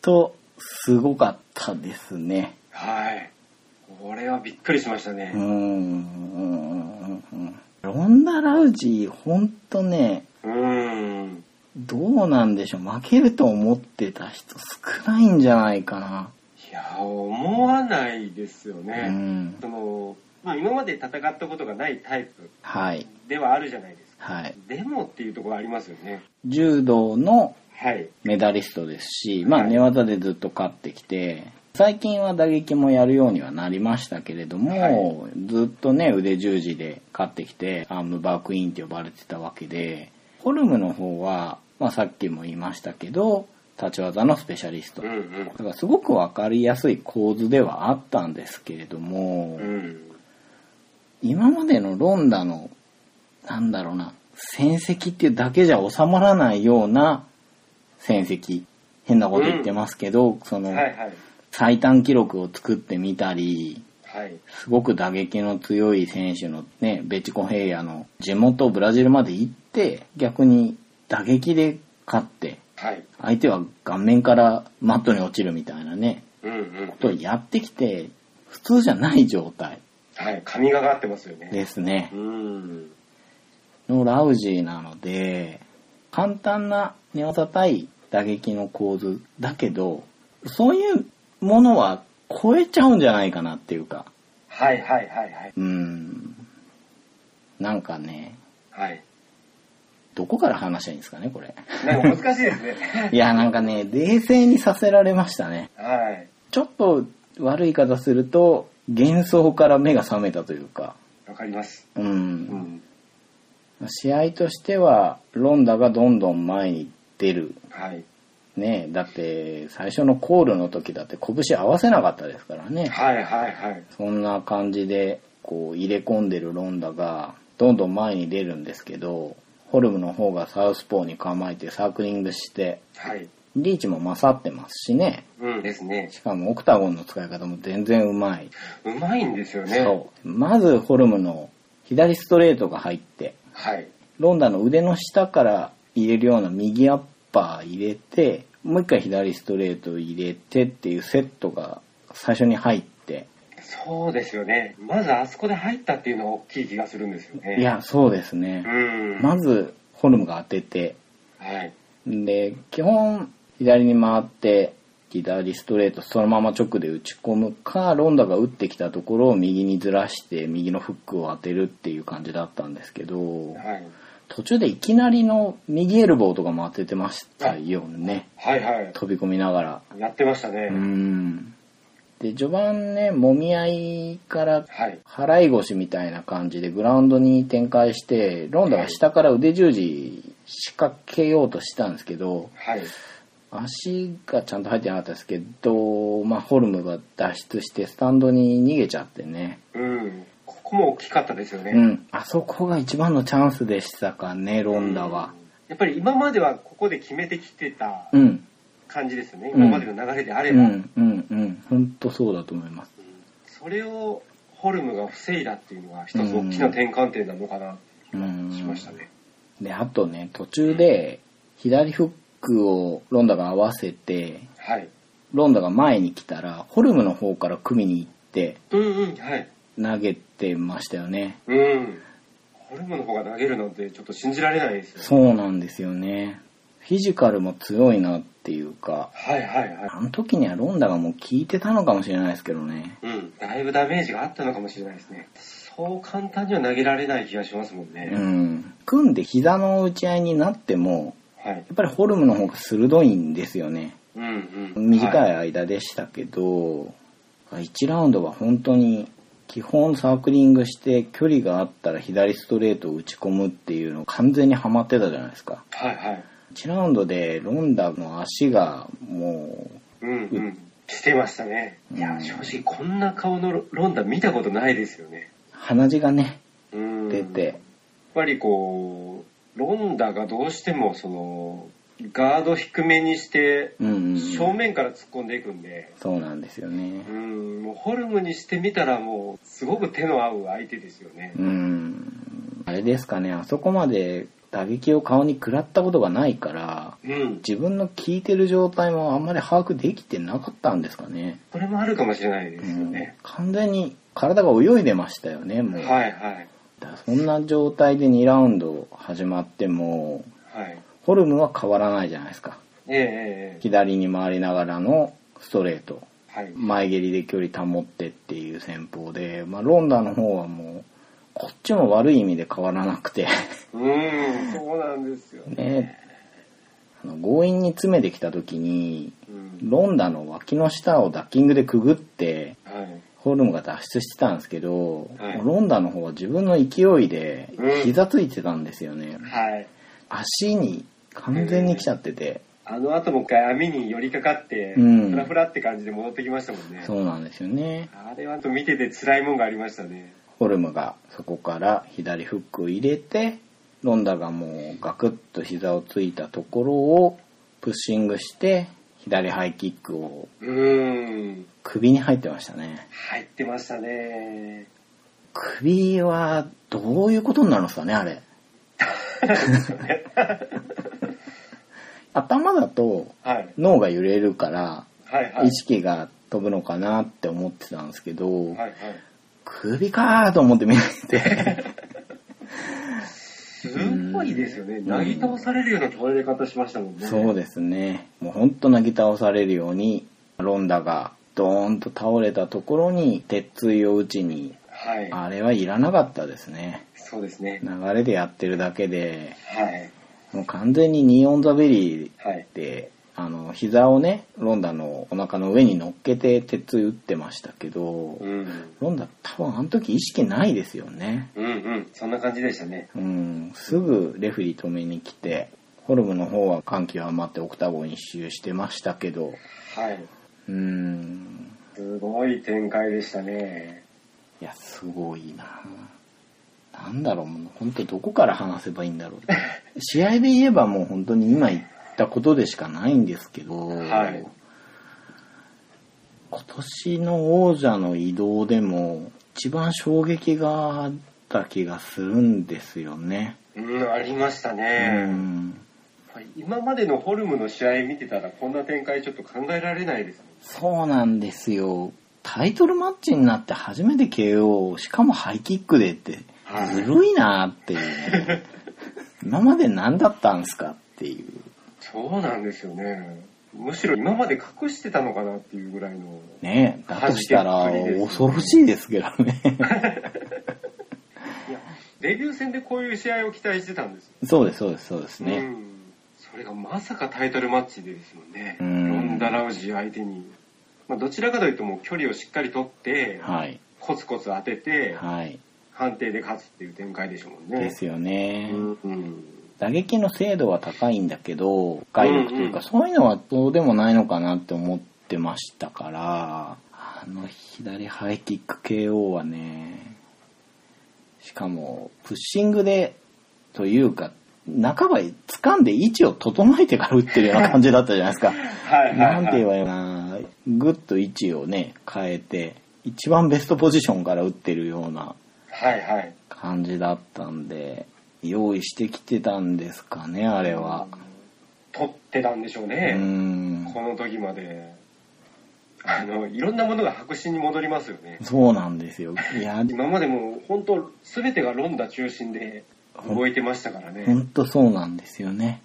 [SPEAKER 1] とすごかったですね
[SPEAKER 2] はい。これはびっくりしました
[SPEAKER 1] うーん
[SPEAKER 2] ね。
[SPEAKER 1] うんうんうんロンダ・ラウジーほんとね
[SPEAKER 2] うん。
[SPEAKER 1] どうなんでしょう負けると思ってた人少ないんじゃないかない
[SPEAKER 2] や、思わないですよ
[SPEAKER 1] う
[SPEAKER 2] ね。
[SPEAKER 1] ん
[SPEAKER 2] その、まあ今まで戦ったことがないタイプ
[SPEAKER 1] はい
[SPEAKER 2] ではあるじゃないですか。
[SPEAKER 1] はい
[SPEAKER 2] でもっていうところありますよね。
[SPEAKER 1] 柔道の
[SPEAKER 2] はい。
[SPEAKER 1] メダリストですし、まあ、
[SPEAKER 2] はい
[SPEAKER 1] 寝技でずっと勝ってきて最近は打撃もやるようにはなりましたけれども、ずっとね腕十字で勝ってきてアームバークインって呼ばれてたわけでホルムの方は、まあ、さっきも言いましたけど立ち技のスペシャリスト
[SPEAKER 2] うん
[SPEAKER 1] だからすごく分かりやすい構図ではあったんですけれども、
[SPEAKER 2] うん。うん。
[SPEAKER 1] 今までのロンダのなんだろうな戦績っていうだけじゃ収まらないような戦績変なこと言ってますけど、その、
[SPEAKER 2] はいはい。
[SPEAKER 1] 最短記録を作ってみたり
[SPEAKER 2] はい。
[SPEAKER 1] すごく打撃の強い選手のねベチコヘイヤの地元ブラジルまで行って逆に打撃で勝って
[SPEAKER 2] はい。
[SPEAKER 1] 相手は顔面からマットに落ちるみたいなね
[SPEAKER 2] うんうん
[SPEAKER 1] ことをやってきて普通じゃない状態
[SPEAKER 2] はい。神がかってますよね。
[SPEAKER 1] ですね
[SPEAKER 2] う。ん。
[SPEAKER 1] のラウジーなので簡単な寝技対打撃の構図だけどそういうものは超えちゃうんじゃないかなっていうか
[SPEAKER 2] はいはいはいはい。
[SPEAKER 1] うんなんかね
[SPEAKER 2] はい。
[SPEAKER 1] どこから話したらいいんですかねこれ
[SPEAKER 2] なんか難しいですね。
[SPEAKER 1] いやなんかね冷静にさせられましたね
[SPEAKER 2] はい。
[SPEAKER 1] ちょっと悪い言い方すると幻想から目が覚めたというか
[SPEAKER 2] わかります。
[SPEAKER 1] う
[SPEAKER 2] うんん。
[SPEAKER 1] 試合としてはロンダがどんどん前に出る
[SPEAKER 2] はい。
[SPEAKER 1] ねえだって最初のコールの時だって拳合わせなかったですからね
[SPEAKER 2] はいはいはい。
[SPEAKER 1] そんな感じでこう入れ込んでるロンダがどんどん前に出るんですけどホルムの方がサウスポーに構えてサークリングして
[SPEAKER 2] はい。
[SPEAKER 1] リーチも勝ってますしね
[SPEAKER 2] うんですね。
[SPEAKER 1] しかもオクタゴンの使い方も全然うまい、
[SPEAKER 2] うまいんですよね。
[SPEAKER 1] そうまずホルムの左ストレートが入って
[SPEAKER 2] はい。
[SPEAKER 1] ロンダの腕の下から入れるような右アッパー入れてもう一回左ストレート入れてっていうセットが最初に入って。
[SPEAKER 2] そうですよね。まずあそこで入ったっていうのは大きい気がするんですよね。
[SPEAKER 1] いや、そうです
[SPEAKER 2] う
[SPEAKER 1] ね。
[SPEAKER 2] ん。
[SPEAKER 1] まず、ホルムが当てて、
[SPEAKER 2] はい。
[SPEAKER 1] で、基本、左に回って、左ストレート、そのまま直で打ち込むか、ロンダが打ってきたところを右にずらして、右のフックを当てるっていう感じだったんですけど、
[SPEAKER 2] はい。
[SPEAKER 1] 途中でいきなりの右エルボーとかも当ててましたよね。
[SPEAKER 2] はいはい。
[SPEAKER 1] 飛び込みながら。
[SPEAKER 2] やってましたね。
[SPEAKER 1] うん。で、序盤ね、もみ合いから
[SPEAKER 2] はい。
[SPEAKER 1] 払い腰みたいな感じでグラウンドに展開して、ロンダが下から腕十字仕掛けようとしたんですけど、
[SPEAKER 2] はい。
[SPEAKER 1] 足がちゃんと入ってなかったですけど、まあ、ホルムが脱出してスタンドに逃げちゃってね。
[SPEAKER 2] うん。ここも大きかったですよね。
[SPEAKER 1] うん。あそこが一番のチャンスでしたかね、ロンダは。
[SPEAKER 2] やっぱり今まではここで決めてきてた
[SPEAKER 1] うん。
[SPEAKER 2] 感じですよね。
[SPEAKER 1] うん
[SPEAKER 2] 今までの流れであ
[SPEAKER 1] う
[SPEAKER 2] れば。
[SPEAKER 1] ん、うん、うん。ほんとそうだと思います。
[SPEAKER 2] それをホルムが防いだっていうのが一つ大きな転換点なのかな
[SPEAKER 1] う
[SPEAKER 2] と
[SPEAKER 1] ん。
[SPEAKER 2] しましたね。
[SPEAKER 1] で、あとね、途中で、左フックをロンダが合わせて、
[SPEAKER 2] はい。
[SPEAKER 1] ロンダが前に来たら、ホルムの方から組みに行って
[SPEAKER 2] うんうん。はい。
[SPEAKER 1] 投げてましたよね。
[SPEAKER 2] うん。ホルムの方が投げるなんてちょっと信じられないですよ。
[SPEAKER 1] そうなんですよね。フィジカルも強いなっていうか、
[SPEAKER 2] はいはいはい。
[SPEAKER 1] あの時にはロンダがもう効いてたのかもしれないですけどね。
[SPEAKER 2] うん。だいぶダメージがあったのかもしれないですね。そう簡単には投げられない気がしますもんね。
[SPEAKER 1] うん。組んで膝の打ち合いになっても、
[SPEAKER 2] はい。
[SPEAKER 1] やっぱりホルムの方が鋭いんですよね。
[SPEAKER 2] うんうん。
[SPEAKER 1] 短
[SPEAKER 2] はい。
[SPEAKER 1] い間でしたけど、1ラウンドは本当に基本サークリングして距離があったら左ストレートを打ち込むっていうのを完全にはまってたじゃないですか。
[SPEAKER 2] はいはい。
[SPEAKER 1] 1ラウンドでロンダの足がも
[SPEAKER 2] うんうん。してましたね。いや、正直こんな顔のロロンダ見たことないですよね。
[SPEAKER 1] う鼻血がね、
[SPEAKER 2] うん。
[SPEAKER 1] 出て、
[SPEAKER 2] やっぱりこう、ロンダがどうしてもその、ガード低めにして、
[SPEAKER 1] うんうんうん、
[SPEAKER 2] 正面から突っ込んでいくんで、
[SPEAKER 1] そうなんですよね
[SPEAKER 2] う。ん、もうホルムにしてみたらもう、すごく手の合う相手ですよね
[SPEAKER 1] う。ん。あれですかね、あそこまで打撃を顔に食らったことがないから、
[SPEAKER 2] うん。
[SPEAKER 1] 自分の効いてる状態もあんまり把握できてなかったんですかね。
[SPEAKER 2] これもあるかもしれないですよね。
[SPEAKER 1] 完全に体が泳いでましたよねもう、
[SPEAKER 2] はいはい。
[SPEAKER 1] だからそんな状態で2ラウンド始まっても
[SPEAKER 2] はい。
[SPEAKER 1] ホルムは変わらないじゃないですか
[SPEAKER 2] ええええ
[SPEAKER 1] 左に回りながらのストレート
[SPEAKER 2] はい。
[SPEAKER 1] 前蹴りで距離保ってっていう戦法で、まあ、ロンダの方はもうこっちも悪い意味で変わらなくて
[SPEAKER 2] うん、そうなんですよ。
[SPEAKER 1] ねあの強引に詰めてきた時に
[SPEAKER 2] うん。
[SPEAKER 1] ロンダの脇の下をダッキングでくぐって
[SPEAKER 2] はい。
[SPEAKER 1] ホルムが脱出してたんですけど、
[SPEAKER 2] はい
[SPEAKER 1] ロンダの方は自分の勢いで
[SPEAKER 2] うん
[SPEAKER 1] 膝ついてたんですよね、
[SPEAKER 2] はい。
[SPEAKER 1] 足に完全に来ちゃってて、
[SPEAKER 2] あの後もう一回網に寄りかかって、
[SPEAKER 1] うん
[SPEAKER 2] フラフラって感じで戻ってきましたもんね。
[SPEAKER 1] そうなんですよね
[SPEAKER 2] あれはちょっと見てて辛いもんがありましたね。
[SPEAKER 1] ホルムがそこから左フックを入れてロンダがもうガクッと膝をついたところをプッシングして左ハイキックを
[SPEAKER 2] うーん。
[SPEAKER 1] 首に入ってましたね
[SPEAKER 2] 入ってましたね。
[SPEAKER 1] 首はどういうことになるんですかねあ れ頭だと
[SPEAKER 2] はい。
[SPEAKER 1] 脳が揺れるから
[SPEAKER 2] はいはい。
[SPEAKER 1] 意識が飛ぶのかなって思ってたんですけど、
[SPEAKER 2] はいはい。
[SPEAKER 1] 首かーと思って見 て
[SPEAKER 2] すごいですよね。
[SPEAKER 1] ん
[SPEAKER 2] なぎ倒されるような倒れ方しましたもんね。
[SPEAKER 1] そうですねもうほんとなぎ倒されるようにロンダがドーンと倒れたところに鉄槌を打ちに
[SPEAKER 2] はい。
[SPEAKER 1] あれはいらなかったですね
[SPEAKER 2] そうですね。
[SPEAKER 1] 流れでやってるだけで
[SPEAKER 2] はい。
[SPEAKER 1] もう完全にニーオン・ザ・ベリー
[SPEAKER 2] はい。
[SPEAKER 1] であの膝をねロンダのお腹の上に乗っけて鉄槌打ってましたけど
[SPEAKER 2] うん。
[SPEAKER 1] ロンダ多分あの時意識ないですよね
[SPEAKER 2] うんうん。そんな感じでしたね。
[SPEAKER 1] うん、すぐレフェリー止めに来て、ホルムの方は歓喜を余ってオクタゴン一周してましたけど、
[SPEAKER 2] はい。
[SPEAKER 1] うん、
[SPEAKER 2] すごい展開でしたね。
[SPEAKER 1] いや、すごいななんだろう、もう本当どこから話せばいいんだろ う。試合で言えばもう本当に今言ったことでしかないんですけど、
[SPEAKER 2] はい
[SPEAKER 1] 今年の王者の移動でも一番衝撃があった気がするんですよね。
[SPEAKER 2] うん、ありましたね。
[SPEAKER 1] うん
[SPEAKER 2] はい今までのホルムの試合見てたらこんな展開ちょっと考えられないですもん
[SPEAKER 1] そうなんですよ。タイトルマッチになって初めて KO しかもハイキックでってずるいなっていうね今まで何だったんすかっていう
[SPEAKER 2] そうなんですよね。むしろ今まで隠してたのかなっていうぐらいの。
[SPEAKER 1] ねだとしたら恐ろしいですけどね
[SPEAKER 2] いや、デビュー戦でこういう試合を期待してたんですよ
[SPEAKER 1] そうですそうですそうです
[SPEAKER 2] う
[SPEAKER 1] ね
[SPEAKER 2] ん。それがまさかタイトルマッチでですもんね。
[SPEAKER 1] う
[SPEAKER 2] ロ
[SPEAKER 1] ん
[SPEAKER 2] ンダ・ラウジー相手に。まあ、どちらかというともう距離をしっかり取って、
[SPEAKER 1] はい
[SPEAKER 2] コツコツ当てて、
[SPEAKER 1] はい
[SPEAKER 2] 判定で勝つっていう展開でしょうもんね。
[SPEAKER 1] ですよね、
[SPEAKER 2] うんうん
[SPEAKER 1] 打撃の精度は高いんだけど外力という
[SPEAKER 2] うんう
[SPEAKER 1] か
[SPEAKER 2] ん
[SPEAKER 1] そういうのはどうでもないのかなって思ってましたからあの左ハイキック KO はねしかもプッシングでというか半ば掴んで位置を整えてから打ってるような感じだったじゃないですか。
[SPEAKER 2] はいはい、は。
[SPEAKER 1] ないんて言えばいいのかなぐっと位置をね変えて一番ベストポジションから打ってるような
[SPEAKER 2] はいはい。
[SPEAKER 1] 感じだったんで用意してきてたんですかねあれは
[SPEAKER 2] 取ってたんでしょう
[SPEAKER 1] う
[SPEAKER 2] ね。
[SPEAKER 1] ん
[SPEAKER 2] この時まで、あの、いろんなものが白紙に戻りますよね。
[SPEAKER 1] そうなんですよいや
[SPEAKER 2] 今までもう本当、すべてがロンダ中心で動いてましたから
[SPEAKER 1] ほ
[SPEAKER 2] ね。
[SPEAKER 1] んとそうなんですよね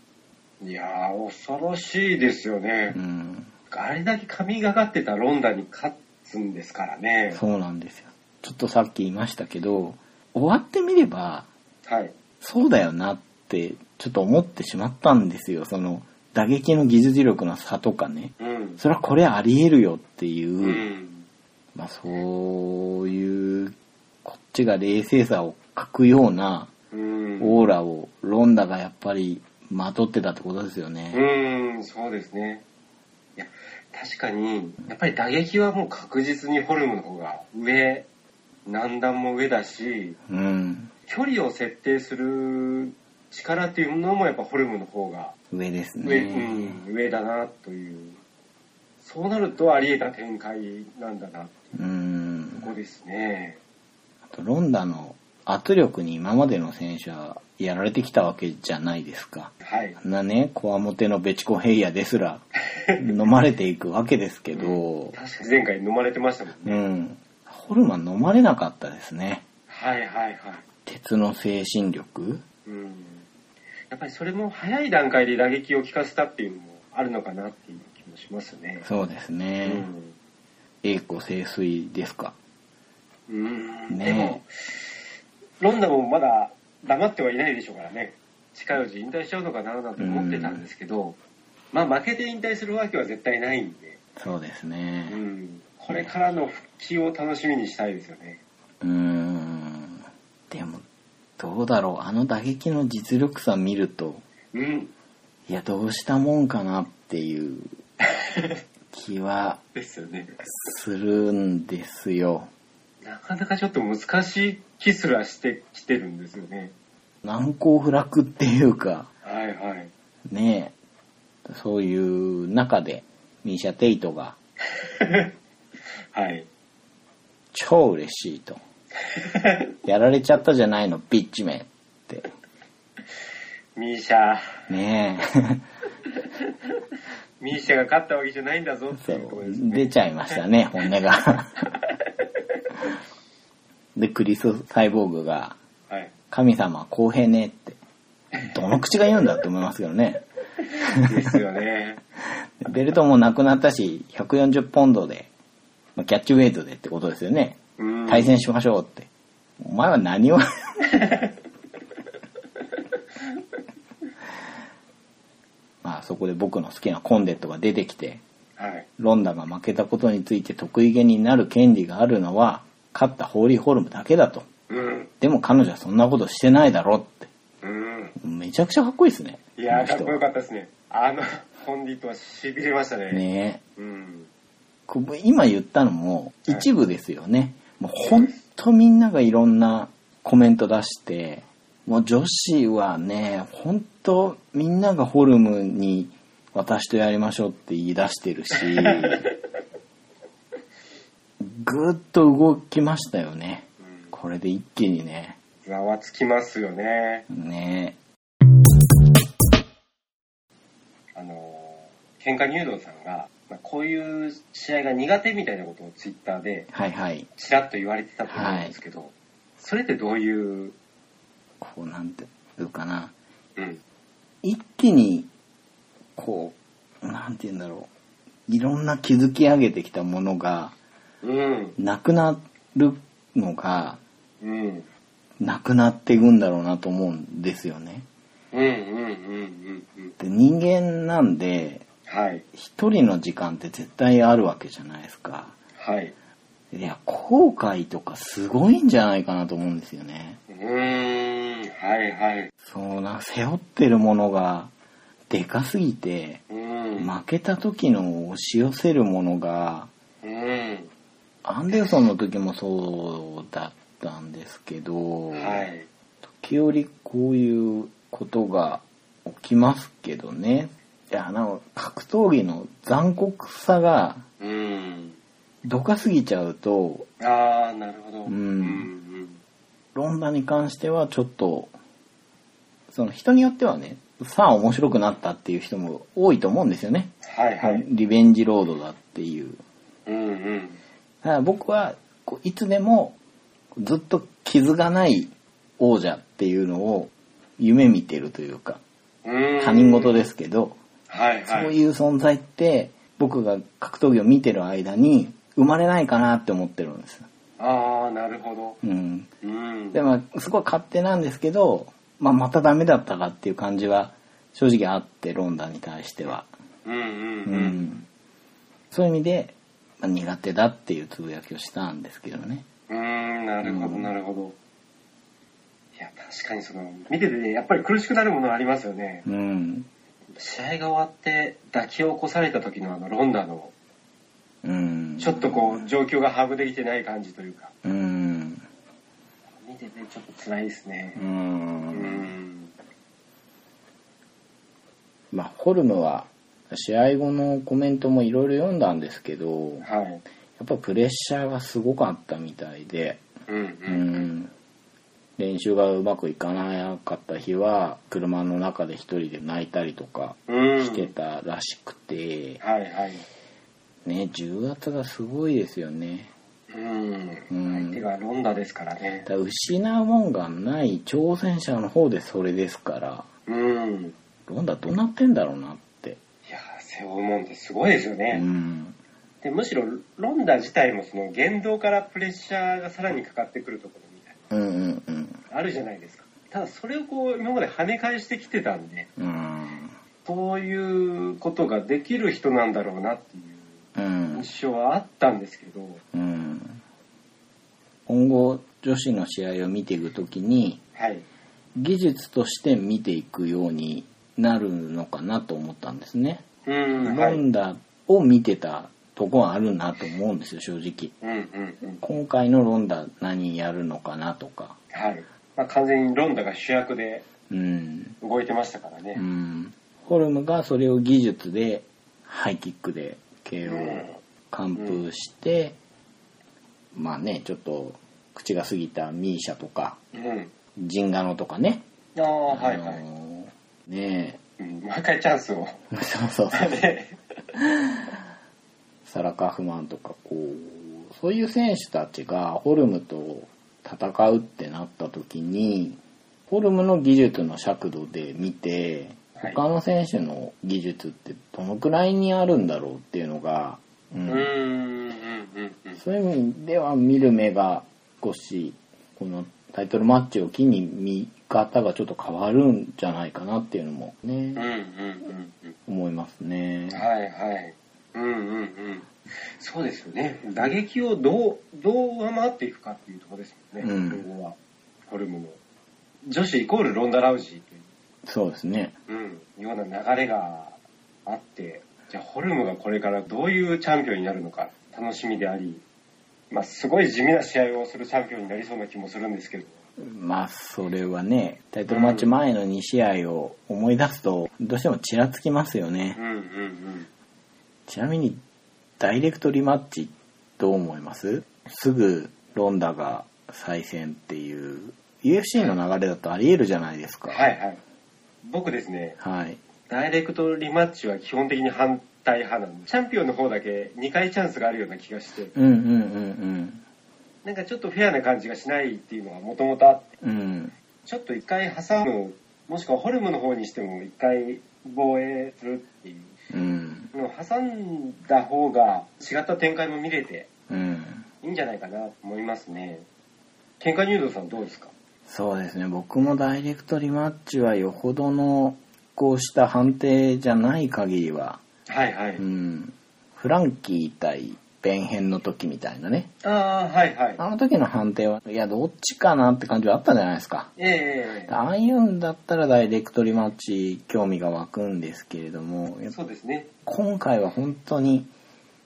[SPEAKER 2] いやー、恐ろしいですよね
[SPEAKER 1] う。ん
[SPEAKER 2] あれだけ神がかってたロンダに勝つんですからね。
[SPEAKER 1] そうなんですよちょっとさっき言いましたけど終わってみれば
[SPEAKER 2] はい。
[SPEAKER 1] そうだよなってちょっと思ってしまったんですよその打撃の技術力の差とかね
[SPEAKER 2] うん。
[SPEAKER 1] それはこれありえるよっていう、
[SPEAKER 2] うん。
[SPEAKER 1] まあそういうこっちが冷静さを欠くような
[SPEAKER 2] うん。
[SPEAKER 1] オーラをロンダがやっぱりまとってたってことですよ
[SPEAKER 2] う
[SPEAKER 1] ね。
[SPEAKER 2] ーん、そうですね。いや、確かに、やっぱり打撃はもう確実にホルムの方が上、何段も上だし、
[SPEAKER 1] うん。
[SPEAKER 2] 距離を設定する力っていうのもやっぱホルムの方が
[SPEAKER 1] 上です
[SPEAKER 2] 上、
[SPEAKER 1] ね。
[SPEAKER 2] うん、上だなという。そうなるとありえた展開なんだな、
[SPEAKER 1] うん。
[SPEAKER 2] ここですね。
[SPEAKER 1] あとロンダの圧力に今までの選手はやられてきたわけじゃないですか。
[SPEAKER 2] はい。
[SPEAKER 1] あんなね、コアモテのベチコヘイヤです ら飲まれていくわけですけど、
[SPEAKER 2] 確かに前回飲まれてましたもんね。
[SPEAKER 1] うん。ホルマン飲まれなかったですね。
[SPEAKER 2] はいはいはい。
[SPEAKER 1] 鉄の精神力
[SPEAKER 2] うん。やっぱりそれも早い段階で打撃を効かせたっていうのもあるのかなっていう気もしますね。
[SPEAKER 1] そうです
[SPEAKER 2] う
[SPEAKER 1] ね。
[SPEAKER 2] ん
[SPEAKER 1] 栄光清水ですか。
[SPEAKER 2] う
[SPEAKER 1] ね
[SPEAKER 2] ん
[SPEAKER 1] え
[SPEAKER 2] でも、ロンダもまだ黙ってはいないでしょうからね、近いうち引退しちゃうのかななんて思ってたんですけど、まあ負けて引退するわけは絶対ないんで、
[SPEAKER 1] そうですね。
[SPEAKER 2] うん、これからの復帰を楽しみにしたいですよね。
[SPEAKER 1] うーんでもどうだろうあの打撃の実力差見ると
[SPEAKER 2] うん、
[SPEAKER 1] いやどうしたもんかなっていう気は
[SPEAKER 2] ですよね。
[SPEAKER 1] するんですよ
[SPEAKER 2] なかなかちょっと難しい気すらしてきてるんですよね。
[SPEAKER 1] 難攻不落っていうか
[SPEAKER 2] はいはい。
[SPEAKER 1] ねえそういう中でミーシャ・テイトが
[SPEAKER 2] はい。
[SPEAKER 1] 超嬉しいとやられちゃったじゃないのビッチめって
[SPEAKER 2] ミーシャ、
[SPEAKER 1] ね
[SPEAKER 2] ミーシャが勝ったわけじゃないんだぞ
[SPEAKER 1] え
[SPEAKER 2] っ
[SPEAKER 1] そ
[SPEAKER 2] ていうところ
[SPEAKER 1] う
[SPEAKER 2] です
[SPEAKER 1] 出
[SPEAKER 2] ね。
[SPEAKER 1] ちゃいましたね本音がでクリス・サイボーグが
[SPEAKER 2] はい。
[SPEAKER 1] 「神様は公平ね」ってどの口が言うんだって思いますけどね
[SPEAKER 2] ですよね。
[SPEAKER 1] ベルトもなくなったし140ポンドでまあキャッチウェイトでってことですよね
[SPEAKER 2] うん。
[SPEAKER 1] 対戦しましょうってお前は何を まあそこで僕の好きなコンデットが出てきて
[SPEAKER 2] はい。
[SPEAKER 1] ロンダが負けたことについて得意げになる権利があるのは勝ったホーリーホルムだけだと
[SPEAKER 2] うん。
[SPEAKER 1] でも彼女はそんなことしてないだろって
[SPEAKER 2] うん。
[SPEAKER 1] めちゃくちゃかっこいいですね
[SPEAKER 2] いやー、
[SPEAKER 1] この人
[SPEAKER 2] かっこよかったですね。あの、コンディットは痺れましたね。
[SPEAKER 1] ねえ
[SPEAKER 2] うん。
[SPEAKER 1] こ今言ったのも
[SPEAKER 2] はい
[SPEAKER 1] 一部ですよね、もうほんとみんながいろんなコメント出してもう女子はねほんとみんながホルムに私とやりましょうって言い出して るしぐーっと動きましたよね
[SPEAKER 2] うん
[SPEAKER 1] これで一気にね
[SPEAKER 2] ざわつきますよね。
[SPEAKER 1] ね
[SPEAKER 2] あのー、喧嘩入道さんが、まあ、こういう試合が苦手みたいなことをツイッターで
[SPEAKER 1] はいはい。
[SPEAKER 2] ちらっと言われてたと思うんですけど、それってどういう、
[SPEAKER 1] こうなんていうかな。
[SPEAKER 2] うん、
[SPEAKER 1] 一気に、こう、なんて言うんだろう。いろんな築き上げてきたものが、
[SPEAKER 2] うん、
[SPEAKER 1] なくなるのが、
[SPEAKER 2] うん、
[SPEAKER 1] なくなっていくんだろうなと思うんですよね。
[SPEAKER 2] うん、うん、うん、うん、
[SPEAKER 1] で人間なんで、
[SPEAKER 2] はい、
[SPEAKER 1] 一人の時間って絶対あるわけじゃないですか。
[SPEAKER 2] はい。
[SPEAKER 1] いや、後悔とかすごいんじゃないかなと思うんですよね。
[SPEAKER 2] うーん、はい、はい。
[SPEAKER 1] そうな、背負ってるものがでかすぎて、
[SPEAKER 2] うん、
[SPEAKER 1] 負けた時の押し寄せるものが、
[SPEAKER 2] うん、
[SPEAKER 1] アンデルソンの時もそうだったんですけど、
[SPEAKER 2] はい。
[SPEAKER 1] 時折こういうことが起きますけどね。いや、なんか格闘技の残酷さが
[SPEAKER 2] うん。
[SPEAKER 1] どかすぎちゃうと、
[SPEAKER 2] ああ、なるほど。
[SPEAKER 1] うん
[SPEAKER 2] うん、
[SPEAKER 1] ロンダに関してはちょっと、その人によってはね、さあ面白くなったっていう人も多いと思うんですよね。
[SPEAKER 2] はい、はい。
[SPEAKER 1] リベンジロードだっていう。
[SPEAKER 2] うん、うん。
[SPEAKER 1] だから僕はこういつでもずっと傷がない王者っていうのを夢見てるというか
[SPEAKER 2] うん
[SPEAKER 1] 他人事ですけど、
[SPEAKER 2] はい、はい。
[SPEAKER 1] そういう存在って僕が格闘技を見てる間に生まれないかなって思ってるんです。
[SPEAKER 2] ああ、なるほど。
[SPEAKER 1] うん、
[SPEAKER 2] うん。
[SPEAKER 1] でもすごい勝手なんですけど、まあ、またダメだったかっていう感じは正直あってロンダに対しては、
[SPEAKER 2] うん、うん、
[SPEAKER 1] う
[SPEAKER 2] うん。
[SPEAKER 1] ん、そういう意味で、まあ苦手だっていうつぶやきをしたんですけどね。
[SPEAKER 2] うーん、なるほど、
[SPEAKER 1] うん
[SPEAKER 2] なるほど。いや、確かにその、見ててね、やっぱり苦しくなるものありますよね。
[SPEAKER 1] うん
[SPEAKER 2] 試合が終わって抱き起こされた時のあの、ロンダの、
[SPEAKER 1] うん
[SPEAKER 2] ちょっとこう、状況が把握できてない感じというか、
[SPEAKER 1] うん
[SPEAKER 2] 見ててちょっと辛いですね
[SPEAKER 1] う。
[SPEAKER 2] うんん。
[SPEAKER 1] まあホルムは試合後のコメントもいろいろ読んだんですけどや
[SPEAKER 2] はい。
[SPEAKER 1] っぱプレッシャーがすごかったみたいで、
[SPEAKER 2] うん、う。
[SPEAKER 1] うんん、練習がうまくいかなかった日は車の中で一人で泣いたりとか
[SPEAKER 2] うん。
[SPEAKER 1] してたらしくて、
[SPEAKER 2] はい、はい。
[SPEAKER 1] ね、重圧がすごいですよね。
[SPEAKER 2] う
[SPEAKER 1] うん
[SPEAKER 2] ん。相手がロンダですからね
[SPEAKER 1] だ。から失うもんがない挑戦者の方でそれですから
[SPEAKER 2] うん。い
[SPEAKER 1] ロンダどうなってんだろうなって。
[SPEAKER 2] やー、背負うもんってすごいですよ
[SPEAKER 1] う
[SPEAKER 2] ね。
[SPEAKER 1] ん
[SPEAKER 2] でむしろロンダ自体もその言動からプレッシャーがさらにかかってくるところみたい
[SPEAKER 1] うんうんうん
[SPEAKER 2] なあるじゃないですかただそれをこう今まで跳ね返してきてたんで
[SPEAKER 1] うん
[SPEAKER 2] そういうことができる人なんだろうなってい
[SPEAKER 1] う
[SPEAKER 2] う
[SPEAKER 1] ん
[SPEAKER 2] 印象はあったんですけど
[SPEAKER 1] うん今後女子の試合を見ていくときに
[SPEAKER 2] はい
[SPEAKER 1] 技術として見ていくようになるのかなと思ったんですね。
[SPEAKER 2] うんは
[SPEAKER 1] ロ
[SPEAKER 2] い
[SPEAKER 1] ンダを見てたとこはあるなと思うんですよ正直。
[SPEAKER 2] うんうんうん
[SPEAKER 1] 今回のロンダ何やるのかなとか。
[SPEAKER 2] はい、まあ、完全にロンダが主役で
[SPEAKER 1] うん。
[SPEAKER 2] 動いてましたからね
[SPEAKER 1] うん。ホルムがそれを技術でハイキックで
[SPEAKER 2] う
[SPEAKER 1] KO
[SPEAKER 2] ん
[SPEAKER 1] 完封して、まあねちょっと口が過ぎたミーシャとか
[SPEAKER 2] うん
[SPEAKER 1] ジンガノとかね、
[SPEAKER 2] ああはい
[SPEAKER 1] あ
[SPEAKER 2] はい、
[SPEAKER 1] のーね
[SPEAKER 2] うん、もう一回チャンスを
[SPEAKER 1] えそうそうそう
[SPEAKER 2] ね
[SPEAKER 1] サラ・カフマンとかこうそういう選手たちがホルムと戦うってなった時にホルムの技術の尺度で見て
[SPEAKER 2] はい
[SPEAKER 1] 他の選手の技術ってどのくらいにあるんだろうっていうのが、う
[SPEAKER 2] うんんうんうんうん
[SPEAKER 1] そういう意味では見る目が少しこのタイトルマッチを機に見方がちょっと変わるんじゃないかなっていうのもね
[SPEAKER 2] うんうんうんうん
[SPEAKER 1] 思いますね。
[SPEAKER 2] はいはい。うんうんうん。そうですよね。打撃をどう、どう上回っていくかっていうところですもんね。
[SPEAKER 1] うん
[SPEAKER 2] 今後は。ホルムの。女子イコールロンダ・ラウジーと
[SPEAKER 1] そうですね。
[SPEAKER 2] いう、うん、ような流れがあって、じゃあホルムがこれからどういうチャンピオンになるのか楽しみであり、まあすごい地味な試合をするチャンピオンになりそうな気もするんですけど。
[SPEAKER 1] まあそれはねタイトルマッチ前の2試合を思い出すとどうしてもちらつきますよ
[SPEAKER 2] う
[SPEAKER 1] ね。
[SPEAKER 2] んうんうん。
[SPEAKER 1] ちなみにダイレクトリマッチどう思いますすぐロンダが再戦っていう UFC の流れだとあり得るじゃないですか。
[SPEAKER 2] はいはい。僕ですね、
[SPEAKER 1] はい。
[SPEAKER 2] ダイレクトリマッチは基本的に反待派なんで、チャンピオンの方だけ2回チャンスがあるような気がして、
[SPEAKER 1] うんうんうん
[SPEAKER 2] なんかちょっとフェアな感じがしないっていうのはもともとあって、
[SPEAKER 1] うん。うん。
[SPEAKER 2] ちょっと1回挟む、もしくはホルムの方にしても1回防衛するっていう。
[SPEAKER 1] うん。
[SPEAKER 2] のを挟んだ方が違った展開も見れて
[SPEAKER 1] うん。
[SPEAKER 2] いいんじゃないかなと思いますね。喧嘩入道さんどうですか
[SPEAKER 1] そうですね。僕もダイレクトリマッチはよほどのこうした判定じゃない限りは、
[SPEAKER 2] はいはい。
[SPEAKER 1] うん。フランキー対弁編の時みたいなね。
[SPEAKER 2] ああ、はいはい。
[SPEAKER 1] あの時の判定は、いや、どっちかなって感じはあったじゃないですか。
[SPEAKER 2] ええ
[SPEAKER 1] ああいうんだったらダイレクトリマッチ興味が湧くんですけれども、やっぱ
[SPEAKER 2] そうですね。
[SPEAKER 1] 今回は本当に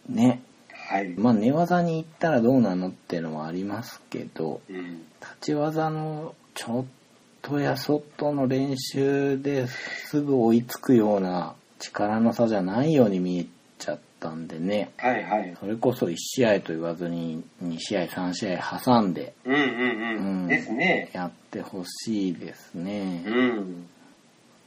[SPEAKER 1] ね、
[SPEAKER 2] はい。
[SPEAKER 1] まあ寝技に行ったらどうなのってのはありますけど、
[SPEAKER 2] うん。
[SPEAKER 1] 立ち技のちょっとやそっとの練習ですぐ追いつくような力の差じゃないように見えちゃったんでね、
[SPEAKER 2] はいはい。
[SPEAKER 1] それこそ1試合と言わずに2試合3試合挟んで
[SPEAKER 2] うんうんうん。
[SPEAKER 1] うん
[SPEAKER 2] ですね。
[SPEAKER 1] やってほしいですね。
[SPEAKER 2] うん。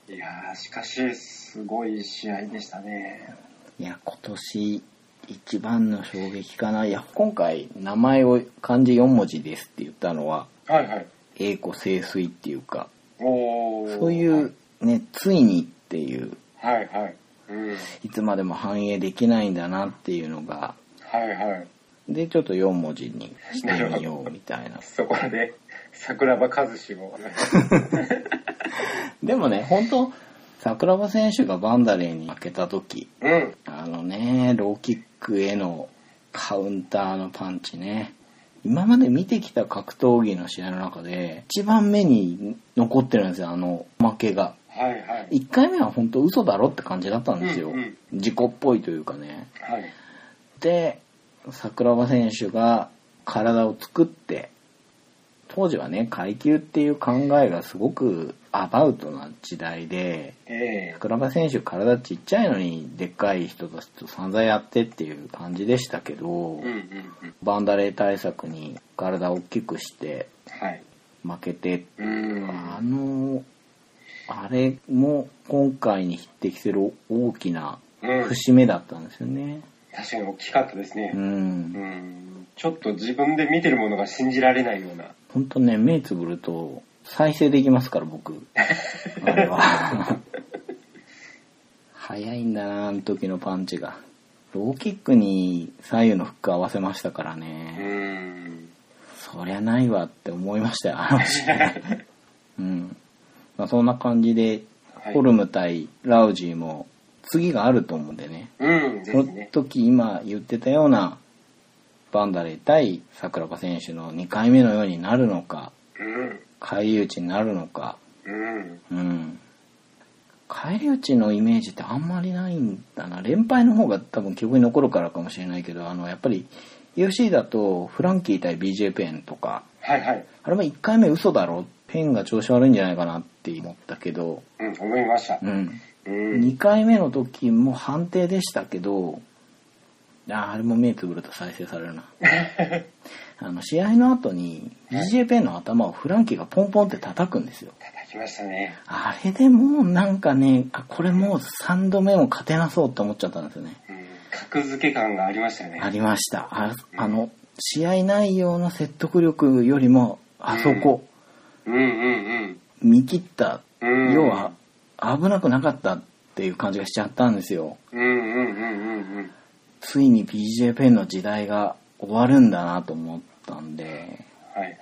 [SPEAKER 2] いやー、しかし、すごい試合でしたね。
[SPEAKER 1] いや、今年一番の衝撃かな。いや、今回名前を漢字4文字ですって言ったのは、
[SPEAKER 2] はいはい。
[SPEAKER 1] 栄子清水っていうか、
[SPEAKER 2] おー。
[SPEAKER 1] そういう。ね、ついにっていう、
[SPEAKER 2] はいはい。うん。
[SPEAKER 1] いつまでも反映できないんだなっていうのが、
[SPEAKER 2] はいはい。
[SPEAKER 1] で、ちょっと4文字にしてみようみたいな。
[SPEAKER 2] そこで、桜庭和志を。
[SPEAKER 1] でもね、本当桜庭選手がバンダレーに負けた時、
[SPEAKER 2] うん。
[SPEAKER 1] あのね、ローキックへのカウンターのパンチね。今まで見てきた格闘技の試合の中で、一番目に残ってるんですよ、あの負けが。
[SPEAKER 2] はいはい。
[SPEAKER 1] 1回目は本当嘘だろって感じだったんですよ。
[SPEAKER 2] うんうん
[SPEAKER 1] 自己っぽいというかね。
[SPEAKER 2] はい。
[SPEAKER 1] で、桜庭選手が体を作って、当時はね、階級っていう考えがすごくアバウトな時代で、
[SPEAKER 2] ええ
[SPEAKER 1] 桜庭選手体ちっちゃいのにでっかい人たちと散々やってっていう感じでしたけど、
[SPEAKER 2] うんうんうん。
[SPEAKER 1] バンダレー対策に体を大きくして
[SPEAKER 2] はい。
[SPEAKER 1] 負けて、
[SPEAKER 2] うん。
[SPEAKER 1] あのあれも今回に匹敵する大きな
[SPEAKER 2] うん。
[SPEAKER 1] 節目だったんですよね。
[SPEAKER 2] 確かに大きかったです
[SPEAKER 1] う。
[SPEAKER 2] ね。うんん。ちょっと自分で見てるものが信じられないような。
[SPEAKER 1] ほんとね、目つぶると再生できますから僕。あれは。 早いんだな、あの時のパンチが。ローキックに左右のフック合わせましたから
[SPEAKER 2] う
[SPEAKER 1] ね。
[SPEAKER 2] ん。
[SPEAKER 1] そりゃないわって思いましたよ、あの試合 うん。まあそんな感じで、
[SPEAKER 2] はい
[SPEAKER 1] ホルム対ラウジーも次があると思うんでね。
[SPEAKER 2] うん。で
[SPEAKER 1] そ
[SPEAKER 2] す
[SPEAKER 1] の
[SPEAKER 2] ね。
[SPEAKER 1] 時今言ってたようなバンダレー対桜庭選手の2回目のようになるのか、
[SPEAKER 2] うん。
[SPEAKER 1] 返り討ちになるのか、
[SPEAKER 2] うん。
[SPEAKER 1] うん。返り討ちのイメージってあんまりないんだな。連敗の方が多分記憶に残るからかもしれないけど、あの、やっぱり UFC だとフランキー対 BJ ペンとか、
[SPEAKER 2] はいはい。
[SPEAKER 1] あれも1回目嘘だろペンが調子悪いんじゃないかなって思ったけど、
[SPEAKER 2] うん。思いました
[SPEAKER 1] う。ん。
[SPEAKER 2] うん。
[SPEAKER 1] 2回目の時も判定でしたけど、あーあれも目つぶると再生されるな。あの、試合の後に BJ ペンの頭をフランキーがポンポンって叩くんですよ。
[SPEAKER 2] 叩きましたね。
[SPEAKER 1] あれでもうなんかね、あ、これもう3度目も勝てなそうって思っちゃったんですよね。
[SPEAKER 2] うん。格付け感がありましたね
[SPEAKER 1] あ。りました。ああの、試合内容の説得力よりも、あそこ、
[SPEAKER 2] うんうん
[SPEAKER 1] 見切った、
[SPEAKER 2] うん。うん。
[SPEAKER 1] 要は。危なくなかったっていう感じがしちゃったんですよ。
[SPEAKER 2] うんうんうんうんうん。
[SPEAKER 1] ついに BJ ペンの時代が終わるんだなと思ったんで、
[SPEAKER 2] はいはい。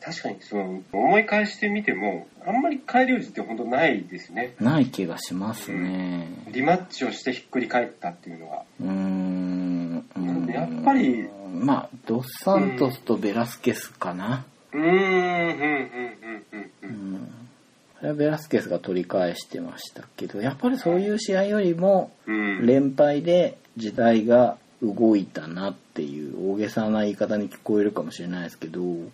[SPEAKER 2] 確かに、その、思い返してみても、あんまり返り討ちって本当ないですね。
[SPEAKER 1] ない気がしますね。
[SPEAKER 2] リマッチをしてひっくり返ったっていうのは。
[SPEAKER 1] うーん。うーん
[SPEAKER 2] やっぱり、
[SPEAKER 1] まあ、ドスサントスとベラスケスかな。
[SPEAKER 2] うーん、うん、うん、うん、う。
[SPEAKER 1] うんんそれはベラスケスが取り返してましたけどやっぱりそういう試合よりも
[SPEAKER 2] うん。
[SPEAKER 1] 連敗で時代が動いたなっていう大げさな言い方に聞こえるかもしれないですけど
[SPEAKER 2] うん。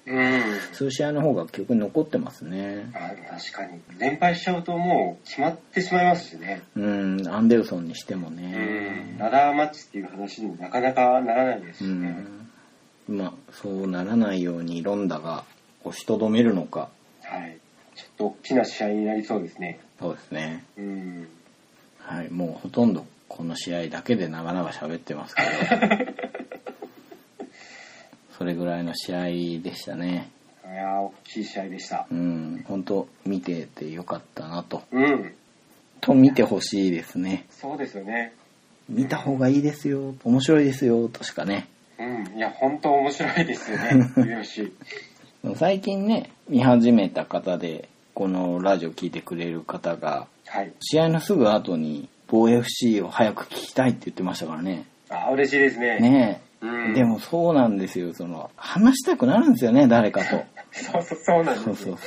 [SPEAKER 1] そういう試合の方が記憶に残ってますね
[SPEAKER 2] あ確かに。連敗しちゃうともう決まってしまいますしね。
[SPEAKER 1] うんアンデルソンにしても
[SPEAKER 2] う
[SPEAKER 1] ね
[SPEAKER 2] ん。ラダーマッチっていう話にもなかなかならないです
[SPEAKER 1] う
[SPEAKER 2] しね。
[SPEAKER 1] んまあそうならないようにロンダが押しとどめるのか
[SPEAKER 2] はい。ちょっと大きな試合になりそうですね。
[SPEAKER 1] そうですね
[SPEAKER 2] うん。
[SPEAKER 1] はいもうほとんどこの試合だけで長々喋ってますけど それぐらいの試合でしたね
[SPEAKER 2] いやー大きい試合でした
[SPEAKER 1] うん本当見ててよかったなと
[SPEAKER 2] うん
[SPEAKER 1] と見てほしいですね
[SPEAKER 2] そうですよね
[SPEAKER 1] 見た方がいいですよ面白いですよとしかね
[SPEAKER 2] うんいや本当面白いです よね UFC
[SPEAKER 1] 最近ね見始めた方でこのラジオ聞いてくれる方が
[SPEAKER 2] はい
[SPEAKER 1] 試合のすぐ後に防 FC を早く聞きたいって言ってましたからね
[SPEAKER 2] あー嬉しいですね
[SPEAKER 1] ね
[SPEAKER 2] う
[SPEAKER 1] え
[SPEAKER 2] ん
[SPEAKER 1] でもそうなんですよその話したくなるんですよね誰か と
[SPEAKER 2] そうそうそうなん
[SPEAKER 1] そ
[SPEAKER 2] で
[SPEAKER 1] う
[SPEAKER 2] す
[SPEAKER 1] そう
[SPEAKER 2] よ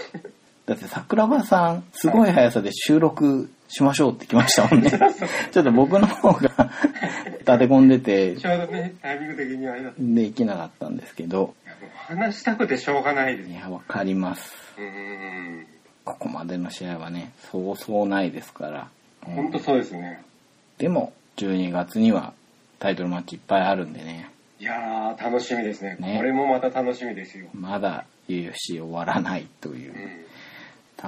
[SPEAKER 1] だって桜庭さんすごい速さで収録しましょうって来ました もんねちょっと僕の方が立て込んでて
[SPEAKER 2] ちょうどねタイミング的にあれだったい
[SPEAKER 1] できなかったんですけど
[SPEAKER 2] やもう話したくてしょうがないです
[SPEAKER 1] いやわかります
[SPEAKER 2] うん
[SPEAKER 1] ここまでの試合はねそうそうないですから、うん
[SPEAKER 2] 本当そうですよね
[SPEAKER 1] でも12月にはタイトルマッチいっぱいあるんでね
[SPEAKER 2] いやー楽しみですね
[SPEAKER 1] ね
[SPEAKER 2] これもまた楽しみですよ、
[SPEAKER 1] まだ UFC 終わらないといううん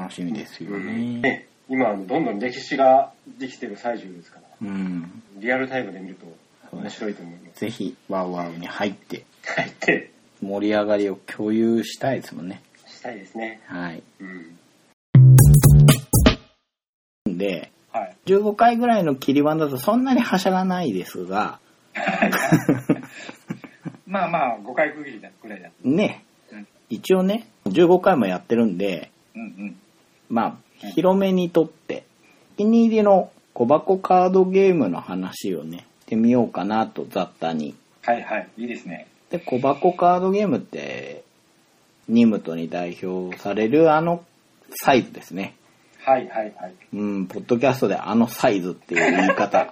[SPEAKER 1] 楽しみですよ
[SPEAKER 2] う
[SPEAKER 1] ね
[SPEAKER 2] んね今あのどんどん歴史ができてる最中ですから
[SPEAKER 1] うん
[SPEAKER 2] リアルタイムで見ると
[SPEAKER 1] そう
[SPEAKER 2] 面
[SPEAKER 1] です
[SPEAKER 2] 白いと思います
[SPEAKER 1] ぜひワウワウに入って
[SPEAKER 2] 入って
[SPEAKER 1] 盛り上がりを共有したいですもんね
[SPEAKER 2] したいですね
[SPEAKER 1] はい
[SPEAKER 2] うん
[SPEAKER 1] で
[SPEAKER 2] はい
[SPEAKER 1] 15回ぐらいの切り番だとそんなにはしゃらないです が
[SPEAKER 2] まあまあ5回区切りだぐらいだ
[SPEAKER 1] ね
[SPEAKER 2] うん
[SPEAKER 1] 一応ね15回もやってるんで
[SPEAKER 2] うんうん
[SPEAKER 1] まあ
[SPEAKER 2] うん
[SPEAKER 1] 広めにとってお気に入りの小箱カードゲームの話をねしてみようかなと雑多に
[SPEAKER 2] はいはいいいですね
[SPEAKER 1] で小箱カードゲームってニムトに代表されるあのサイズですね
[SPEAKER 2] はいはいはい
[SPEAKER 1] うんポッドキャストであのサイズっていう言い 方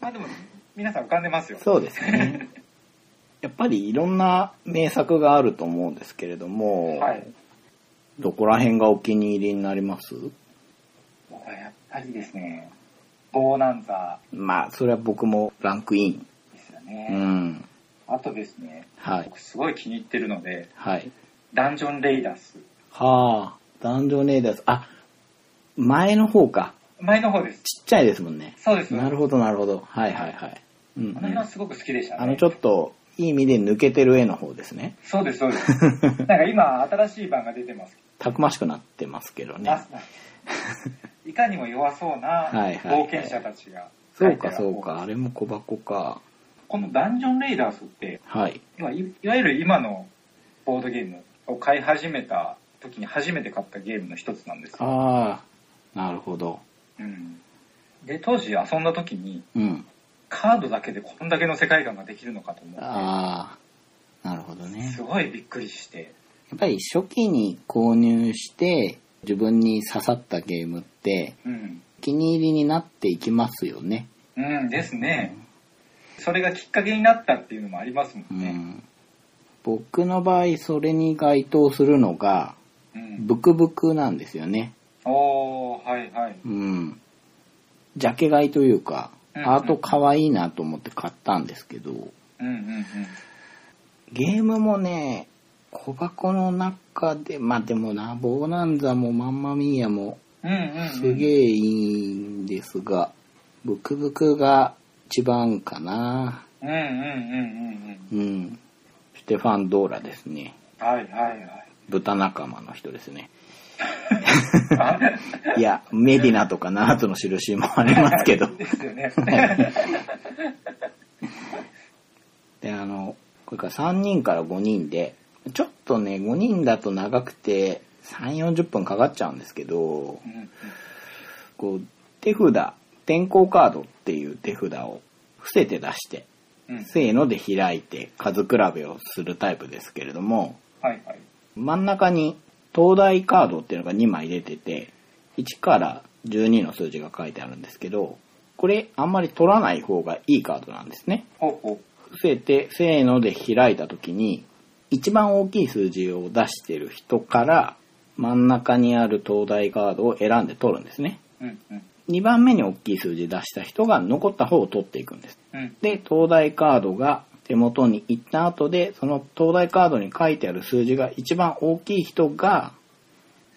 [SPEAKER 2] まあでも皆さん浮かんでますよ
[SPEAKER 1] そうですねやっぱりいろんな名作があると思うんですけれども、
[SPEAKER 2] はい
[SPEAKER 1] どこら辺がお気に入りになります
[SPEAKER 2] 僕はやっぱりですねボーナンザ
[SPEAKER 1] まあそれは僕もランクイン
[SPEAKER 2] ですよ
[SPEAKER 1] う
[SPEAKER 2] ね、
[SPEAKER 1] ん
[SPEAKER 2] あとですね
[SPEAKER 1] はい
[SPEAKER 2] 僕すごい気に入ってるので
[SPEAKER 1] はい
[SPEAKER 2] ダンジョンレイダース
[SPEAKER 1] はあダンジョンレイダーズあ前の方か
[SPEAKER 2] 前の方です
[SPEAKER 1] ちっちゃいですもんね
[SPEAKER 2] そうです
[SPEAKER 1] なる
[SPEAKER 2] ど
[SPEAKER 1] ほどなるほどはいはいはい、うんうん
[SPEAKER 2] あの辺はすごく好きでしたね
[SPEAKER 1] あのちょっといい意味で抜けてる絵の方ですね
[SPEAKER 2] そうですそうです なんか今新しい版が出てます
[SPEAKER 1] たくましくなってますけどね
[SPEAKER 2] あ いかにも弱そうな
[SPEAKER 1] はいはいはい
[SPEAKER 2] 冒険者たちが
[SPEAKER 1] そ
[SPEAKER 2] 描
[SPEAKER 1] う
[SPEAKER 2] いて
[SPEAKER 1] か
[SPEAKER 2] る
[SPEAKER 1] そうかあれも小箱か
[SPEAKER 2] この「ダンジョンレイダース」って
[SPEAKER 1] はい
[SPEAKER 2] まあいいわゆる今のボードゲームを買い始めた時に初めて買ったゲームの一つなんですよ、
[SPEAKER 1] ああなるほど
[SPEAKER 2] うん、で当時遊んだ時に
[SPEAKER 1] うん
[SPEAKER 2] カードだけでこんだけの世界観ができるのかと思っ
[SPEAKER 1] ああなるほど
[SPEAKER 2] て
[SPEAKER 1] ね
[SPEAKER 2] すごいびっくりして
[SPEAKER 1] やっぱり初期に購入して自分に刺さったゲームって
[SPEAKER 2] うん、
[SPEAKER 1] お気に入りになっていきますよね
[SPEAKER 2] うん、ですねそれがきっかけになったっていうのもありますも
[SPEAKER 1] うん
[SPEAKER 2] ね、
[SPEAKER 1] ん僕の場合それに該当するのが
[SPEAKER 2] うん
[SPEAKER 1] ブクブクなんですよね
[SPEAKER 2] おおはいはい
[SPEAKER 1] うん、ジャケ買いというか、
[SPEAKER 2] うん
[SPEAKER 1] アート可愛いなと思って買ったんですけど、
[SPEAKER 2] うんうんうん
[SPEAKER 1] ゲームもね、小箱の中で、まあでもな、ボーナンザもマンマミーヤも
[SPEAKER 2] うんうんうん
[SPEAKER 1] すげえいいんですが、ブクブクが一番かな。
[SPEAKER 2] うんうんうんうんうん
[SPEAKER 1] うん。ステファン・ドーラですね。
[SPEAKER 2] はいはいはい
[SPEAKER 1] 豚仲間の人ですね。
[SPEAKER 2] あ
[SPEAKER 1] いや、メディナとかナーツの印もありますけど。
[SPEAKER 2] ですよね
[SPEAKER 1] であのこれから3人から5人でちょっとね5人だと長くて3 4 0分かかっちゃうんですけど
[SPEAKER 2] うんうん
[SPEAKER 1] こう手札転校カードっていう手札を伏せて出して
[SPEAKER 2] うん
[SPEAKER 1] せーので開いて数比べをするタイプですけれども
[SPEAKER 2] はいはい
[SPEAKER 1] 真ん中に東大カードっていうのが2枚出てて1から12の数字が書いてあるんですけどこれあんまり取らない方がいいカードなんですね。
[SPEAKER 2] ほうほ
[SPEAKER 1] 伏せて、せーので開いた時に、一番大きい数字を出してる人から、真ん中にある東大カードを選んで取るんですね。
[SPEAKER 2] ううんうん
[SPEAKER 1] 2番目に大きい数字出した人が残った方を取っていくんです。
[SPEAKER 2] うん
[SPEAKER 1] で、東大カードが手元に行った後で、その東大カードに書いてある数字が一番大きい人が、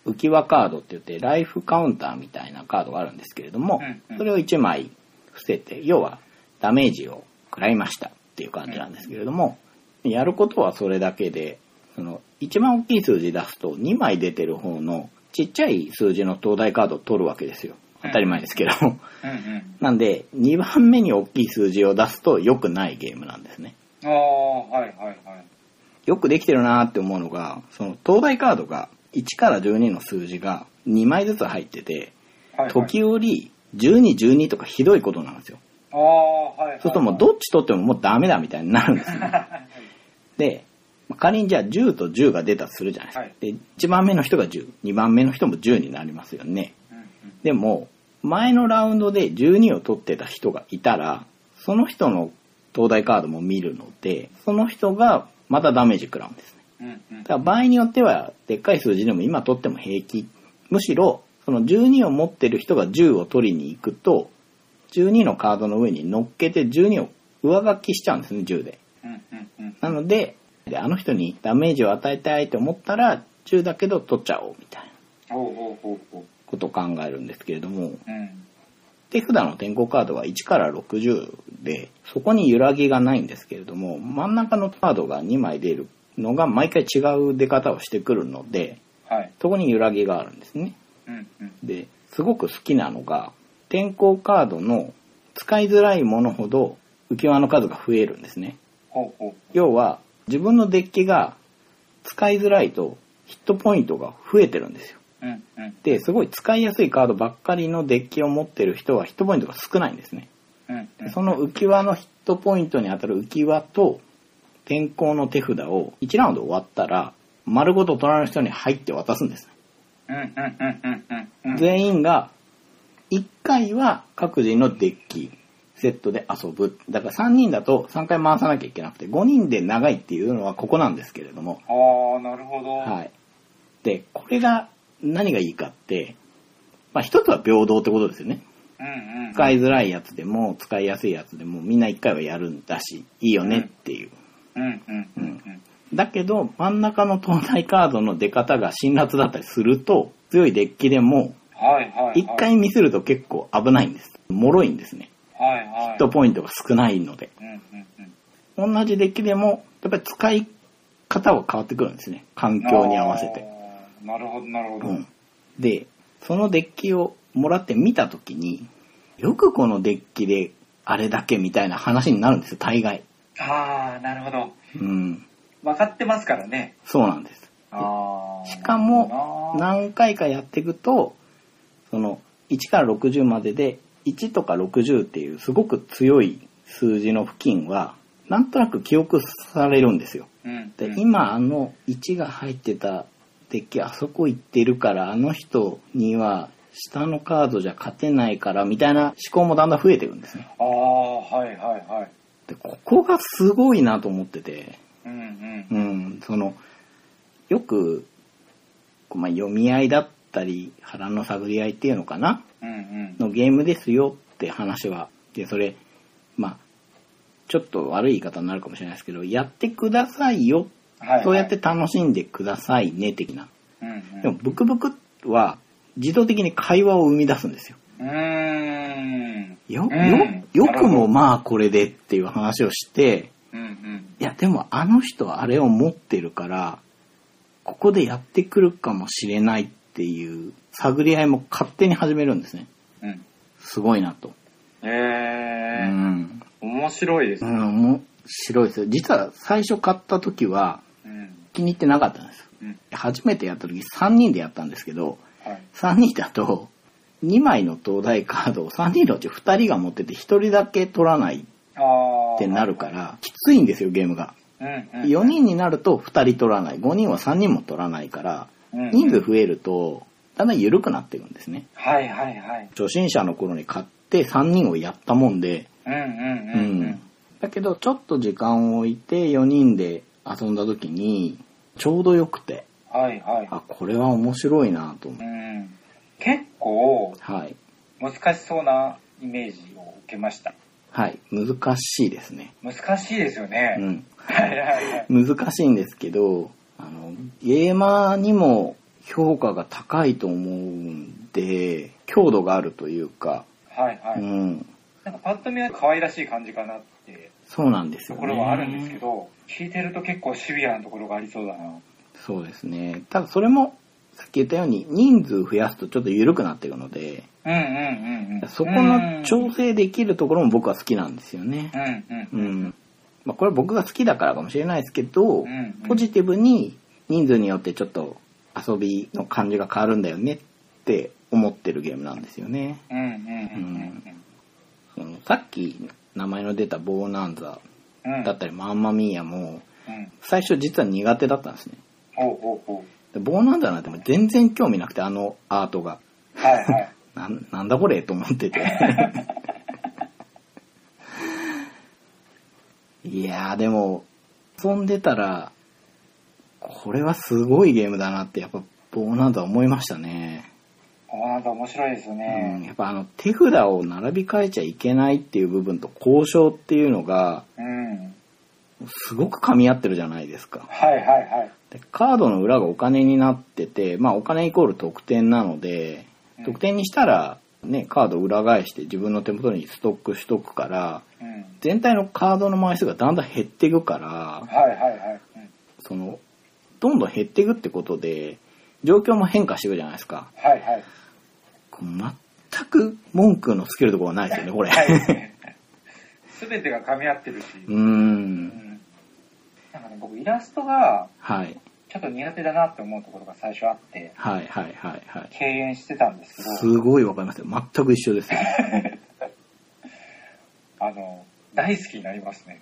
[SPEAKER 1] 浮き輪カードって言って、ライフカウンターみたいなカードがあるんですけれども
[SPEAKER 2] うんう、ん
[SPEAKER 1] それを1枚伏せて、要はダメージを食らいましたっていう感じなんですけれども、やることはそれだけで、その一番大きい数字出すと2枚出てる方のちっちゃい数字の東大カードを取るわけですよ。当たり前ですけど。
[SPEAKER 3] うんうん。
[SPEAKER 1] なんで、2番目に大きい数字を出すと良くないゲームなんですね。
[SPEAKER 3] ああ、はいはいはい。
[SPEAKER 1] よくできてるなーって思うのが、その東大カードが1から12の数字が2枚ずつ入ってて、
[SPEAKER 3] はいはい、
[SPEAKER 1] 時折12、12とかひどいことなんですよ。
[SPEAKER 3] ああ、はいはいはい。
[SPEAKER 1] そうするともうどっち取ってももうダメだみたいになる んですね。で、まあ仮にじゃあ10と10が出たとするじゃないですか。
[SPEAKER 3] はい
[SPEAKER 1] で、1番目の人が10、2番目の人も10になりますよね。
[SPEAKER 3] うんうん
[SPEAKER 1] でも、前のラウンドで12を取ってた人がいたら、その人の東大カードも見るので、その人がまたダメージ食らうんですね。
[SPEAKER 3] うんうん
[SPEAKER 1] だから場合によっては、でっかい数字でも今取っても平気。むしろ、その12を持ってる人が10を取りに行くと、12のカードの上に乗っけて12を上書きしちゃうんですね、10で。
[SPEAKER 3] うんうんうん
[SPEAKER 1] なので、であの人にダメージを与えたいと思ったら、10だけど取っちゃおうみたいな
[SPEAKER 2] ほうほうほうほう。
[SPEAKER 1] ことを考えるんですけれど
[SPEAKER 3] う
[SPEAKER 1] も、
[SPEAKER 3] ん
[SPEAKER 1] 手札の天候カードは1から60で、そこに揺らぎがないんですけれども、真ん中のカードが2枚出るのが毎回違う出方をしてくるので、
[SPEAKER 3] はい。
[SPEAKER 1] そこに揺らぎがあるんですね。
[SPEAKER 3] うんうん
[SPEAKER 1] で、すごく好きなのが、天候カードの使いづらいものほど浮き輪の数が増えるんですね。
[SPEAKER 3] ほうほう。
[SPEAKER 1] 要は、自分のデッキが使いづらいとヒットポイントが増えてるんですよ。
[SPEAKER 3] うんうん
[SPEAKER 1] で、すごい使いやすいカードばっかりのデッキを持ってる人はヒットポイントが少ないんですね。
[SPEAKER 3] うんうん。
[SPEAKER 1] その浮き輪のヒットポイントに当たる浮き輪と天候の手札を1ラウンド終わったら丸ごと隣の人に入って渡すんですね。
[SPEAKER 3] うんうんうんうんうんうん。
[SPEAKER 1] 全員が1回は各自のデッキセットで遊ぶ。だから3人だと3回回さなきゃいけなくて5人で長いっていうのはここなんですけれども。
[SPEAKER 3] ああ、なるほど。
[SPEAKER 1] はい。で、これが何がいいかって、まあ一つは平等ってことですよね。
[SPEAKER 3] うんうん。
[SPEAKER 1] 使いづらいやつでも使いやすいやつでもみんな1回はやるんだし、いいよねっていう。
[SPEAKER 3] うんうんうんうん。
[SPEAKER 1] だけど、真ん中の東大カードの出方が辛辣だったりすると、強いデッキでも、
[SPEAKER 3] はいはいはい。
[SPEAKER 1] 一回ミスると結構危ないんです。脆いんですね。
[SPEAKER 3] はいはい。
[SPEAKER 1] ヒットポイントが少ないので。
[SPEAKER 3] うんうんうん。
[SPEAKER 1] 同じデッキでも、やっぱり使い方は変わってくるんですね。環境に合わせて。
[SPEAKER 3] あー。なるほどなるほど。
[SPEAKER 1] うん。で、そのデッキをもらって見たときに、よくこのデッキであれだけみたいな話になるんですよ、大概。
[SPEAKER 3] ああ、なるほど。
[SPEAKER 1] うん。
[SPEAKER 3] 分かってますからね。
[SPEAKER 1] そうなんです。
[SPEAKER 3] ああ。
[SPEAKER 1] しかも
[SPEAKER 3] な
[SPEAKER 1] 何回かやっていくとその1から60までで1とか60っていうすごく強い数字の付近はなんとなく記憶されるんですよ。
[SPEAKER 3] うん。
[SPEAKER 1] で
[SPEAKER 3] うん、
[SPEAKER 1] 今あの1が入ってたデッキあそこ行ってるからあの人には下のカードじゃ勝てないからみたいな思考もだんだん増えてるんですね。
[SPEAKER 3] ああ、はいはいはい。
[SPEAKER 1] でここがすごいなと思ってて。
[SPEAKER 3] うんうん。
[SPEAKER 1] うん、そのよく、こうまあ、読み合いだったり腹の探り合いっていうのかな
[SPEAKER 3] うんうん。
[SPEAKER 1] のゲームですよって話はでそれまあちょっと悪い言い方になるかもしれないですけどやってくださいよ
[SPEAKER 3] はい、はい。
[SPEAKER 1] そうやって。楽しんでくださいね的な
[SPEAKER 3] うんう
[SPEAKER 1] でも
[SPEAKER 3] ん。
[SPEAKER 1] ブクブクは自動的に会話を生み出すんですよ
[SPEAKER 3] うーん。
[SPEAKER 1] よ
[SPEAKER 3] う
[SPEAKER 1] よ
[SPEAKER 3] ん
[SPEAKER 1] よくもまあこれでっていう話をして
[SPEAKER 3] うんうん。
[SPEAKER 1] いや、でもあの人はあれを持ってるから、ここでやってくるかもしれないっていう探り合いも勝手に始めるんですね。
[SPEAKER 3] うん。
[SPEAKER 1] すごいなと。う
[SPEAKER 3] えー、
[SPEAKER 1] ん。
[SPEAKER 2] 面白いです
[SPEAKER 1] う。ん、面白いですよ。実は最初買った時は
[SPEAKER 3] うん。
[SPEAKER 1] 気に入ってなかったんです。
[SPEAKER 3] うん。
[SPEAKER 1] 初めてやった時3人でやったんですけど、
[SPEAKER 3] はい。
[SPEAKER 1] 3人だと2枚の東大カードを3人のうち2人が持ってて1人だけ取らないっ
[SPEAKER 3] ああ。
[SPEAKER 1] てなるから、きついんですよ、ゲームが。
[SPEAKER 3] うんうん。
[SPEAKER 1] 4人になると2人取らない5人は3人も取らないから
[SPEAKER 3] うんうん
[SPEAKER 1] 人数増えるとだんだん緩くなっていくんですね
[SPEAKER 3] はいはいはい。
[SPEAKER 1] 初心者の頃に買って3人をやったもんで、
[SPEAKER 3] うん
[SPEAKER 1] う
[SPEAKER 3] うんんうん。
[SPEAKER 1] だけどちょっと時間を置いて4人で遊んだ時にちょうどよくて
[SPEAKER 3] はいはい。
[SPEAKER 1] あこれは面白いなと思
[SPEAKER 3] う
[SPEAKER 1] って
[SPEAKER 3] ん。結構
[SPEAKER 1] はい
[SPEAKER 3] 難しそうなイメージを受けました。
[SPEAKER 1] はい難しいですね
[SPEAKER 3] 難しいですよ
[SPEAKER 1] う
[SPEAKER 3] ね。
[SPEAKER 1] ん
[SPEAKER 3] はいはいはい。
[SPEAKER 1] 難しいんですけどあのゲーマーにも評価が高いと思うんで強度があるというか
[SPEAKER 3] はいは
[SPEAKER 1] う
[SPEAKER 3] い。
[SPEAKER 1] ん、
[SPEAKER 2] なんかパッと見は可愛らしい感じかなって
[SPEAKER 1] そうなんです
[SPEAKER 2] と
[SPEAKER 1] よね。
[SPEAKER 2] ころはあるんですけど、聞いてると結構シビアなところがありそうだな。
[SPEAKER 1] そうですね。ただそれも、さっき言ったように人数増やすとちょっと緩くなっていくので、
[SPEAKER 2] うんうんうんうん。
[SPEAKER 1] そこの調整できるところも僕は好きなんですよね
[SPEAKER 2] う。んうん
[SPEAKER 1] う。ん。まあこれ僕が好きだからかもしれないですけど
[SPEAKER 2] うんう、ん
[SPEAKER 1] ポジティブに人数によってちょっと遊びの感じが変わるんだよねって思ってるゲームなんですよね。
[SPEAKER 2] うんうんうん
[SPEAKER 1] そのさっき名前の出たボーナンザ
[SPEAKER 2] うんうん。
[SPEAKER 1] だったりマンマミーヤも
[SPEAKER 2] うん。
[SPEAKER 1] 最初実は苦手だったんですね。
[SPEAKER 2] ほうほうほ
[SPEAKER 1] でボーナンザなんてもう全然興味なくてあのアートが。
[SPEAKER 2] う。はいはい。
[SPEAKER 1] なんなんだこれと思ってて。いやーでも、遊んでたら、これはすごいゲームだなってやっぱボーナンザ思いましたね。
[SPEAKER 2] おなんか面白いです
[SPEAKER 1] うん、
[SPEAKER 2] ね。
[SPEAKER 1] やっぱあの手札を並び替えちゃいけないっていう部分と交渉っていうのが
[SPEAKER 2] うん。
[SPEAKER 1] すごく噛み合ってるじゃないですか。
[SPEAKER 2] はいはいはい。
[SPEAKER 1] でカードの裏がお金になってて、まあお金イコール得点なので、
[SPEAKER 2] うん
[SPEAKER 1] 得点にしたらね、カード裏返して自分の手元にストックしとくから、
[SPEAKER 2] うん。
[SPEAKER 1] 全体のカードの枚数がだんだん減っていくから、
[SPEAKER 2] はいはいはい。うん
[SPEAKER 1] その、どんどん減っていくってことで、状況も変化していくじゃないですか。
[SPEAKER 2] はいはい。
[SPEAKER 1] こう全く文句のつけるところはないですよね、これ。
[SPEAKER 2] すべてが噛み合ってるし。
[SPEAKER 1] うー。
[SPEAKER 2] うんんなんかね、僕イラストが
[SPEAKER 1] はい。
[SPEAKER 2] ちょっと苦手だなって思うところが最初あって、
[SPEAKER 1] はいはいはいはい。
[SPEAKER 2] 敬遠してたんですけ
[SPEAKER 1] す
[SPEAKER 2] ど、
[SPEAKER 1] ごいわかりますよ。全く一緒 ですよ。
[SPEAKER 2] あの、大好きになりますね。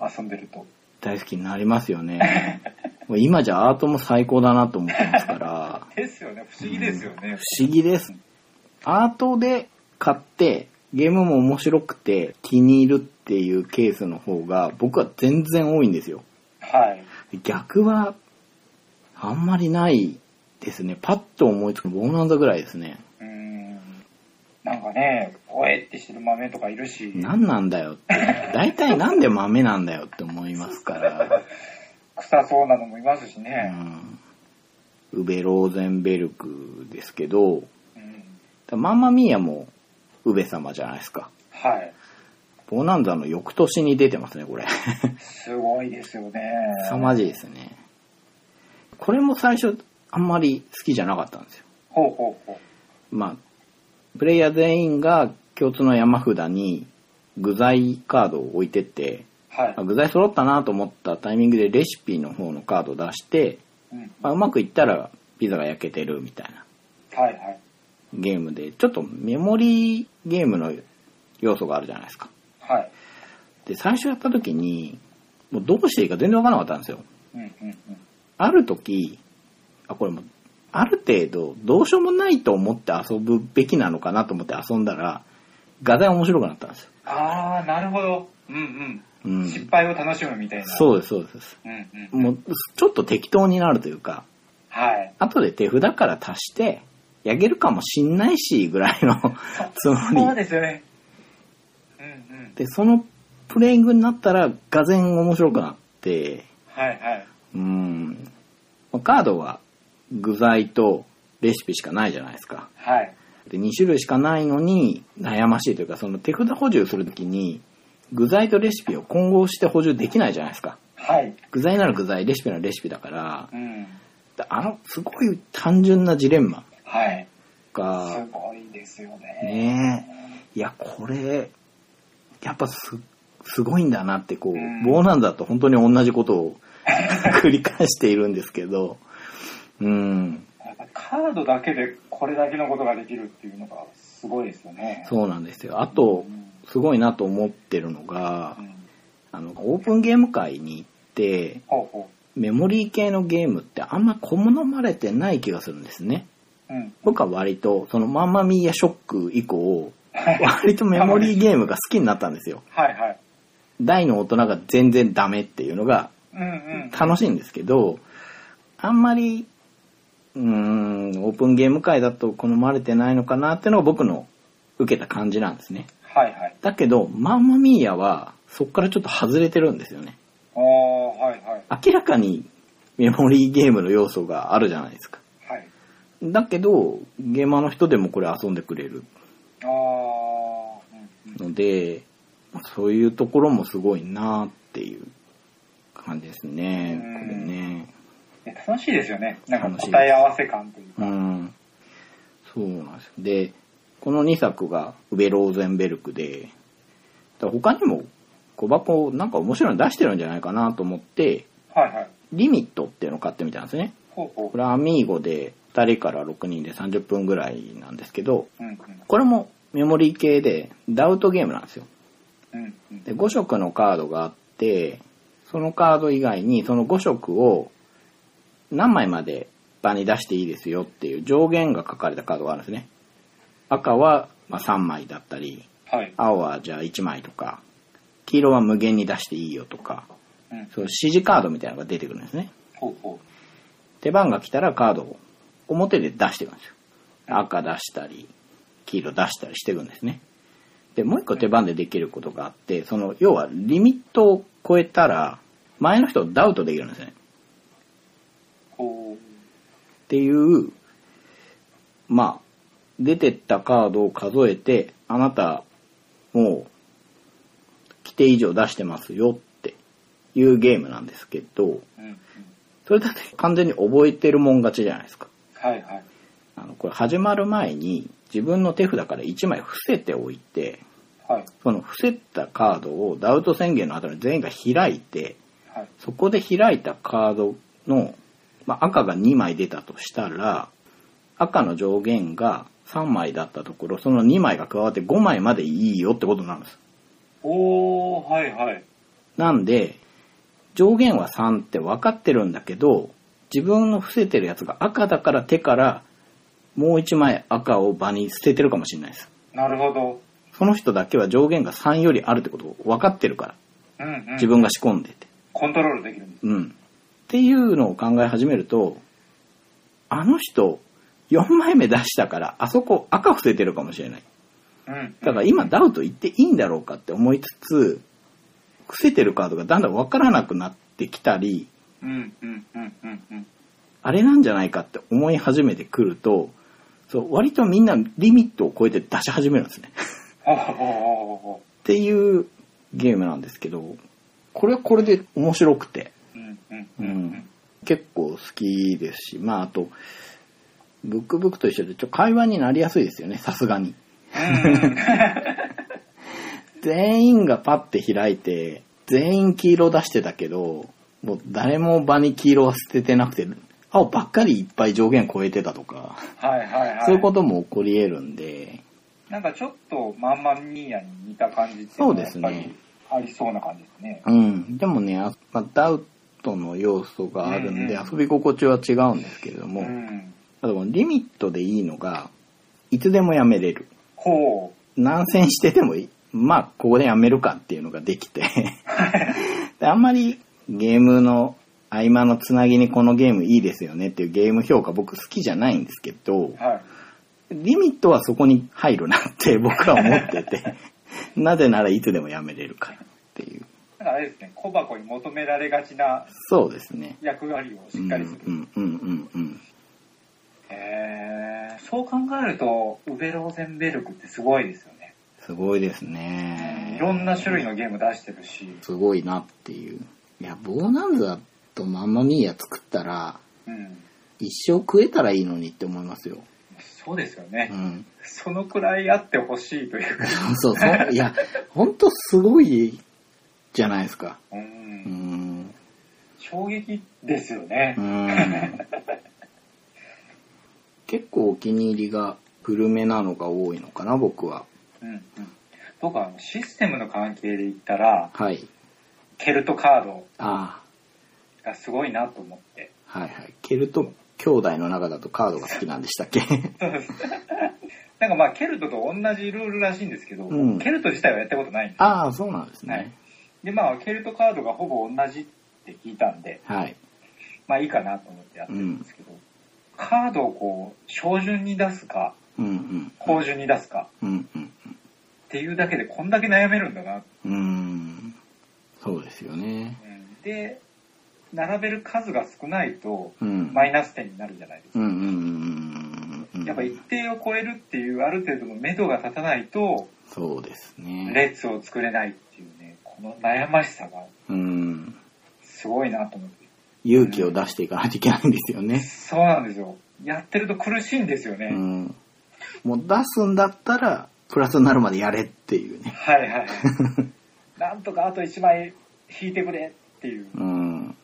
[SPEAKER 2] 遊んでると。
[SPEAKER 1] 大好きになりますよね。もう今じゃアートも最高だなと思ってますから。
[SPEAKER 2] ですよね。不思議ですよね。
[SPEAKER 1] 不思議です。アートで買って、ゲームも面白くて気に入るっていうケースの方が僕は全然多いんですよ。
[SPEAKER 2] はい。
[SPEAKER 1] 逆はあんまりないですね。パッと思いつくボーナンザぐらいですね。
[SPEAKER 2] うーん。なんかね、おえってしてる豆とかいるし、
[SPEAKER 1] 何なんだよって。大体なんで豆なんだよって思いますから。
[SPEAKER 2] 臭そうなのもいますし
[SPEAKER 1] う
[SPEAKER 2] ね。
[SPEAKER 1] ん。ウベローゼンベルクですけど、
[SPEAKER 2] うん。
[SPEAKER 1] マンマミーヤもウベ様じゃないですか。
[SPEAKER 2] はい。
[SPEAKER 1] ボーナンザの翌年に出てますね、これ。
[SPEAKER 2] すごいですよね。
[SPEAKER 1] 凄まじいですね。これも最初あんまり好きじゃなかったんですよ。
[SPEAKER 2] ほうほうほ
[SPEAKER 1] まあ、プレイヤー全員が共通の山札に具材カードを置いてって、
[SPEAKER 2] う。はい
[SPEAKER 1] あ。具材揃ったなと思ったタイミングでレシピの方のカードを出して、
[SPEAKER 2] うん。
[SPEAKER 1] まあ、うまくいったらピザが焼けてるみたいな
[SPEAKER 2] はいはい。
[SPEAKER 1] ゲームで、ちょっとメモリーゲームの要素があるじゃないですか。
[SPEAKER 2] はい。
[SPEAKER 1] で、最初やった時に、もうどうしていいか全然わからなかったんですよ。
[SPEAKER 2] うんうんうん。
[SPEAKER 1] ある時、あ、これも、ある程度、どうしようもないと思って遊ぶべきなのかなと思って遊んだら、画材面白くなったんですよ。
[SPEAKER 2] あー、なるほど。うん
[SPEAKER 1] う
[SPEAKER 2] うん。失
[SPEAKER 1] ん。
[SPEAKER 2] 敗を楽しむみたいな。う。
[SPEAKER 1] そうです、そうです。
[SPEAKER 2] うんうん。
[SPEAKER 1] もう、ちょっと適当になるというか、
[SPEAKER 2] はい。
[SPEAKER 1] 後で手札から足して、やげるかもしんないし、ぐらいの つも
[SPEAKER 2] そう
[SPEAKER 1] り。
[SPEAKER 2] ですよね。うんうん。
[SPEAKER 1] で、そのプレイングになったら、画然面白くなって、
[SPEAKER 2] はいはい。
[SPEAKER 1] うん。カードは具材とレシピしかないじゃないですか。
[SPEAKER 2] はい。
[SPEAKER 1] で2種類しかないのに悩ましいというかその手札補充するときに具材とレシピを混合して補充できないじゃないですか
[SPEAKER 2] はい。
[SPEAKER 1] 具材なら具材レシピならレシピだから
[SPEAKER 2] うん。
[SPEAKER 1] であのすごい単純なジレンマ
[SPEAKER 2] はい。
[SPEAKER 1] が
[SPEAKER 2] すごいですよね。
[SPEAKER 1] ねえいやこれやっぱすすごいんだなってこう、
[SPEAKER 2] うん
[SPEAKER 1] 棒なんだと本当に同じことを 繰り返しているんですけどうん
[SPEAKER 2] やっぱカードだけでこれだけのことができるっていうのがすごいですよね。
[SPEAKER 1] そうなんですよあと
[SPEAKER 2] うん
[SPEAKER 1] すごいなと思ってるのが
[SPEAKER 2] う、ん。
[SPEAKER 1] あの、オープンゲーム会に行って、
[SPEAKER 2] ほうほ
[SPEAKER 1] メモリー系のゲームってあんま好まれてない気がするんですね。
[SPEAKER 2] う。うん。
[SPEAKER 1] 僕は割と、そのマンマミーやショック以降、割とメモリーゲームが好きになったんですよ。
[SPEAKER 2] はいはい。
[SPEAKER 1] 大の大人が全然ダメっていうのが
[SPEAKER 2] うんうん。
[SPEAKER 1] 楽しいんですけど、あんまり、うーん、オープンゲーム会だと好まれてないのかなっていうのが僕の受けた感じなんですね。
[SPEAKER 2] はいはい。
[SPEAKER 1] だけど、マンマミーヤはそこからちょっと外れてるんですよね。
[SPEAKER 2] ああ、はいはい。
[SPEAKER 1] 明らかにメモリーゲームの要素があるじゃないですか。
[SPEAKER 2] はい。
[SPEAKER 1] だけど、ゲーマーの人でもこれ遊んでくれる。
[SPEAKER 2] ああ、うんうん。
[SPEAKER 1] ので、そういうところもすごいなっていう感じですね、
[SPEAKER 2] うん
[SPEAKER 1] これね。
[SPEAKER 2] いや楽しいですよね。なんか
[SPEAKER 1] 楽しい
[SPEAKER 2] 答え合わせ感という
[SPEAKER 1] う
[SPEAKER 2] か。
[SPEAKER 1] ん。そうなんですよ。で、この2作がウベ・ローゼンベルクで、だから他にも小箱なんか面白いの出してるんじゃないかなと思って、
[SPEAKER 2] はいはい。
[SPEAKER 1] リミットっていうのを買ってみたんですね。
[SPEAKER 2] ほうほ
[SPEAKER 1] これアミーゴで2人から6人で30分ぐらいなんですけど、
[SPEAKER 2] う。うん
[SPEAKER 1] これもメモリー系でダウトゲームなんですよ。
[SPEAKER 2] うん。うんうん。
[SPEAKER 1] で5色のカードがあってそのカード以外にその5色を何枚まで場に出していいですよっていう上限が書かれたカードがあるんですね赤はまあ3枚だったり
[SPEAKER 2] はい。
[SPEAKER 1] 青はじゃあ1枚とか黄色は無限に出していいよとか
[SPEAKER 2] う
[SPEAKER 1] そうい
[SPEAKER 2] ん。
[SPEAKER 1] う指示カードみたいなのが出てくるんですね
[SPEAKER 2] ほうほ
[SPEAKER 1] 手番が来たらカードを表で出していくんですよ赤出したり黄色出したりしていくんですねでもう一個手番でできることがあってその要はリミットを超えたら前の人をダウトできるんですね
[SPEAKER 2] う。ほ
[SPEAKER 1] っていうまあ出てったカードを数えてあなたもう規定以上出してますよっていうゲームなんですけど
[SPEAKER 2] う。うんうん。
[SPEAKER 1] それだって完全に覚えてるもん勝ちじゃないですか
[SPEAKER 2] はいはい。
[SPEAKER 1] あの、これ始まる前に自分の手札から1枚伏せておいて、
[SPEAKER 2] はい。
[SPEAKER 1] その伏せたカードをダウト宣言の後に全員が開いて、
[SPEAKER 2] はい。
[SPEAKER 1] そこで開いたカードの、まあ、赤が2枚出たとしたら、赤の上限が3枚だったところ、その2枚が加わって5枚までいいよってことになるんです。
[SPEAKER 2] おー、はいはい。
[SPEAKER 1] なんで、上限は3って分かってるんだけど、自分の伏せてるやつが赤だから手からもう1枚赤を場に捨ててるかもしれないです。
[SPEAKER 2] なるほど。
[SPEAKER 1] その人だけは上限が3よりあるってことを分かってるから、
[SPEAKER 2] うんうん。
[SPEAKER 1] 自分が仕込んでて。
[SPEAKER 2] コントロールできるんです。
[SPEAKER 1] うん。っていうのを考え始めると、あの人、4枚目出したから、あそこ赤伏せてるかもしれない。
[SPEAKER 2] うんうん。
[SPEAKER 1] だから今ダウト言っていいんだろうかって思いつつ、伏せてるカードがだんだん分からなくなってきたり、
[SPEAKER 2] うんうんうんうんうん。
[SPEAKER 1] あれなんじゃないかって思い始めてくると、そう、割とみんなリミットを超えて出し始めるんですね。
[SPEAKER 2] ほうほうほうほ
[SPEAKER 1] っていうゲームなんですけど、これはこれで面白くて、
[SPEAKER 2] う。うんうん
[SPEAKER 1] う
[SPEAKER 2] うんん。
[SPEAKER 1] 結構好きですし、まああと、ブックブックと一緒でちょっと会話になりやすいですよね、さすがに。全員がパッて開いて、全員黄色出してたけど、もう誰も場に黄色は捨ててなくて、青ばっかりいっぱい上限超えてたとか、
[SPEAKER 2] はいはいはい。
[SPEAKER 1] そういうことも起こり得るんで、
[SPEAKER 2] なんかちょっとマンマンミーヤに似た感じってい
[SPEAKER 1] そう
[SPEAKER 2] の
[SPEAKER 1] で
[SPEAKER 2] がや
[SPEAKER 1] す
[SPEAKER 2] っ
[SPEAKER 1] ね
[SPEAKER 2] ぱりありそうな感じですね。
[SPEAKER 1] うん、でもね、あまあ、ダウトの要素があるんで、
[SPEAKER 2] うんうん
[SPEAKER 1] 遊び心地は違うんですけれども、
[SPEAKER 2] うん。
[SPEAKER 1] あとこのリミットでいいのが、いつでもやめれる。
[SPEAKER 2] ほ
[SPEAKER 1] 何戦しててもいい。まあ、ここでやめるかっていうのができ て。であんまりゲームの合間のつなぎにこのゲームいいですよねっていうゲーム評価僕好きじゃないんですけど
[SPEAKER 2] う。、はい。
[SPEAKER 1] リミットはそこに入るなって 僕は思ってて、なぜならいつでもやめれるからっていう。
[SPEAKER 2] なんかあれですね、小箱に求められがちな
[SPEAKER 1] そうですね。
[SPEAKER 2] 役割を
[SPEAKER 1] う
[SPEAKER 2] しっ
[SPEAKER 1] ん
[SPEAKER 2] かりする。
[SPEAKER 1] うんうんうんうん。
[SPEAKER 2] へーそう考えると、ウベローゼンベルクってすごいですよね。
[SPEAKER 1] すごいですね。
[SPEAKER 2] いろんな種類のゲーム出してるし。
[SPEAKER 1] すごいなっていう。いや、ボーナンザとマンマミーヤ作ったら、
[SPEAKER 2] うん。
[SPEAKER 1] 一生食えたらいいのにって思いますよ。
[SPEAKER 2] そうですよね
[SPEAKER 1] う。ん。
[SPEAKER 2] そのくらいあってほしいというか。
[SPEAKER 1] そうそう。いや、ほんとすごいじゃないですか。
[SPEAKER 2] う。
[SPEAKER 1] うんん。
[SPEAKER 2] 衝撃ですよね
[SPEAKER 1] う。ん。結構お気に入りが古めなのが多いのかな、僕は。
[SPEAKER 2] うん。うん僕はあのシステムの関係で言ったら、
[SPEAKER 1] はい。
[SPEAKER 2] ケルトカード
[SPEAKER 1] あ
[SPEAKER 2] がすごいなと思って。
[SPEAKER 1] あ、はいはい。ケルト兄弟の中だとカードが好きなんでしたっけ
[SPEAKER 2] なんかまあ、ケルトと同じルールらしいんですけど、
[SPEAKER 1] うん
[SPEAKER 2] ケルト自体はやったことないんです。
[SPEAKER 1] ああ、そうなんですね。
[SPEAKER 2] で、まあ、ケルトカードがほぼ同じって聞いたんで、
[SPEAKER 1] はい。
[SPEAKER 2] まあいいかなと思ってやってるんですけど、カードをこう、小順に出すか、
[SPEAKER 1] うんうん。
[SPEAKER 2] 高順に出すか
[SPEAKER 1] うんうん。
[SPEAKER 2] っていうだけでこんだけ悩めるんだな。
[SPEAKER 1] うーんそうですよね。
[SPEAKER 2] うんで、並べる数が少ないと、
[SPEAKER 1] うん。
[SPEAKER 2] マイナス点になるじゃないですか。
[SPEAKER 1] うんうんうんうんうんうん。
[SPEAKER 2] やっぱ一定を超えるっていうある程度の目処が立たないと、
[SPEAKER 1] そうですね。
[SPEAKER 2] 列を作れないっていうね、この悩ましさが
[SPEAKER 1] うん。
[SPEAKER 2] すごいなと思って。
[SPEAKER 1] 勇気を出していかないといけないんですよね。
[SPEAKER 2] そうなんですよ。やってると苦しいんですよね。
[SPEAKER 1] うん。もう出すんだったら、プラスになるまでやれっていうね。
[SPEAKER 2] はい はい。なんとかあと1枚引いてくれっていう
[SPEAKER 1] うん。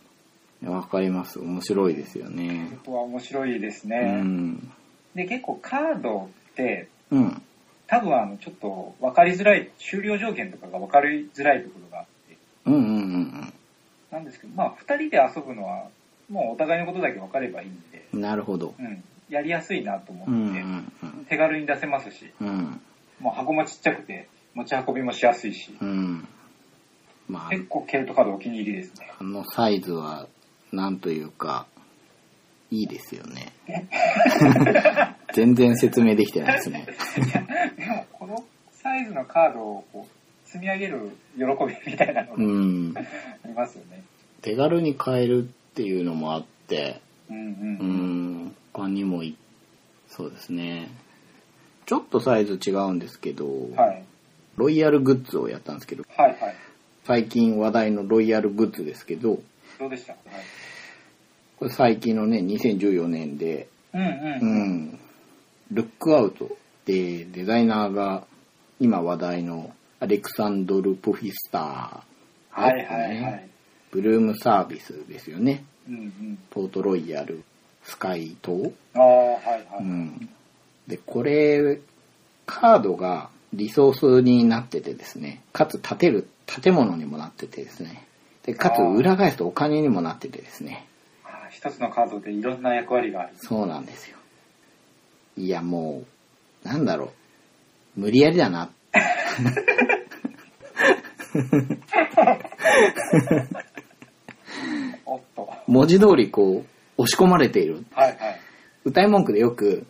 [SPEAKER 1] いやわかります。面白いですよね
[SPEAKER 2] こ。とは面白いです
[SPEAKER 1] う
[SPEAKER 2] ね。
[SPEAKER 1] ん。
[SPEAKER 2] で、結構カードって、
[SPEAKER 1] うん。
[SPEAKER 2] 多分あの、ちょっと分かりづらい、終了条件とかが分かりづらいところがあって、
[SPEAKER 1] うんうんうん
[SPEAKER 2] なんですけど、まあ2人で遊ぶのは、もうお互いのことだけ分かればいいんで、
[SPEAKER 1] うん。なるほど。
[SPEAKER 2] うん、やりやすいなと思
[SPEAKER 1] うんう
[SPEAKER 2] って、
[SPEAKER 1] んうん。
[SPEAKER 2] 手軽に出せますし、
[SPEAKER 1] うん。
[SPEAKER 2] もう箱もちっちゃくて、持ち運びもしやすいし、
[SPEAKER 1] うん。まあ、
[SPEAKER 2] 結構ケルトカードお気に入りですね。
[SPEAKER 1] あのサイズは、なんというか、いいですよ ね。全然説明できてないですね。
[SPEAKER 2] でもこのサイズのカードをこう積み上げる喜びみたいなの
[SPEAKER 1] う
[SPEAKER 2] が
[SPEAKER 1] ん。
[SPEAKER 2] ありますよね。
[SPEAKER 1] 手軽に買えるっていうのもあって、
[SPEAKER 2] うん
[SPEAKER 1] う
[SPEAKER 2] うん。
[SPEAKER 1] ん、他にもい、そうですね。ちょっとサイズ違うんですけど、
[SPEAKER 2] はい。
[SPEAKER 1] ロイヤルグッズをやったんですけど、
[SPEAKER 2] はいはい。
[SPEAKER 1] 最近話題のロイヤルグッズですけど、
[SPEAKER 2] どうでした、はい、
[SPEAKER 1] これ最近のね、2014年で、
[SPEAKER 2] うん
[SPEAKER 1] う
[SPEAKER 2] うん。
[SPEAKER 1] ん、ルックアウトでデザイナーが今話題のアレクサンドル・ポフィスター、
[SPEAKER 2] はいはいはい。
[SPEAKER 1] ブルームサービスですよね。
[SPEAKER 2] うんうん。
[SPEAKER 1] ポートロイヤル、スカイ島。
[SPEAKER 2] ああ、はいは
[SPEAKER 1] う
[SPEAKER 2] い。
[SPEAKER 1] ん、でこれカードがリソースになっててですねかつ建てる建物にもなっててですねでかつ
[SPEAKER 2] あー
[SPEAKER 1] 裏返すとお金にもなっててですね
[SPEAKER 2] あー一つのカードでいろんな役割がある。
[SPEAKER 1] そうなんですよいやもうなんだろう無理やりだな
[SPEAKER 2] おっと。は
[SPEAKER 1] 文字通りこう押し込まれている
[SPEAKER 2] いはい。
[SPEAKER 1] 歌い文句でよく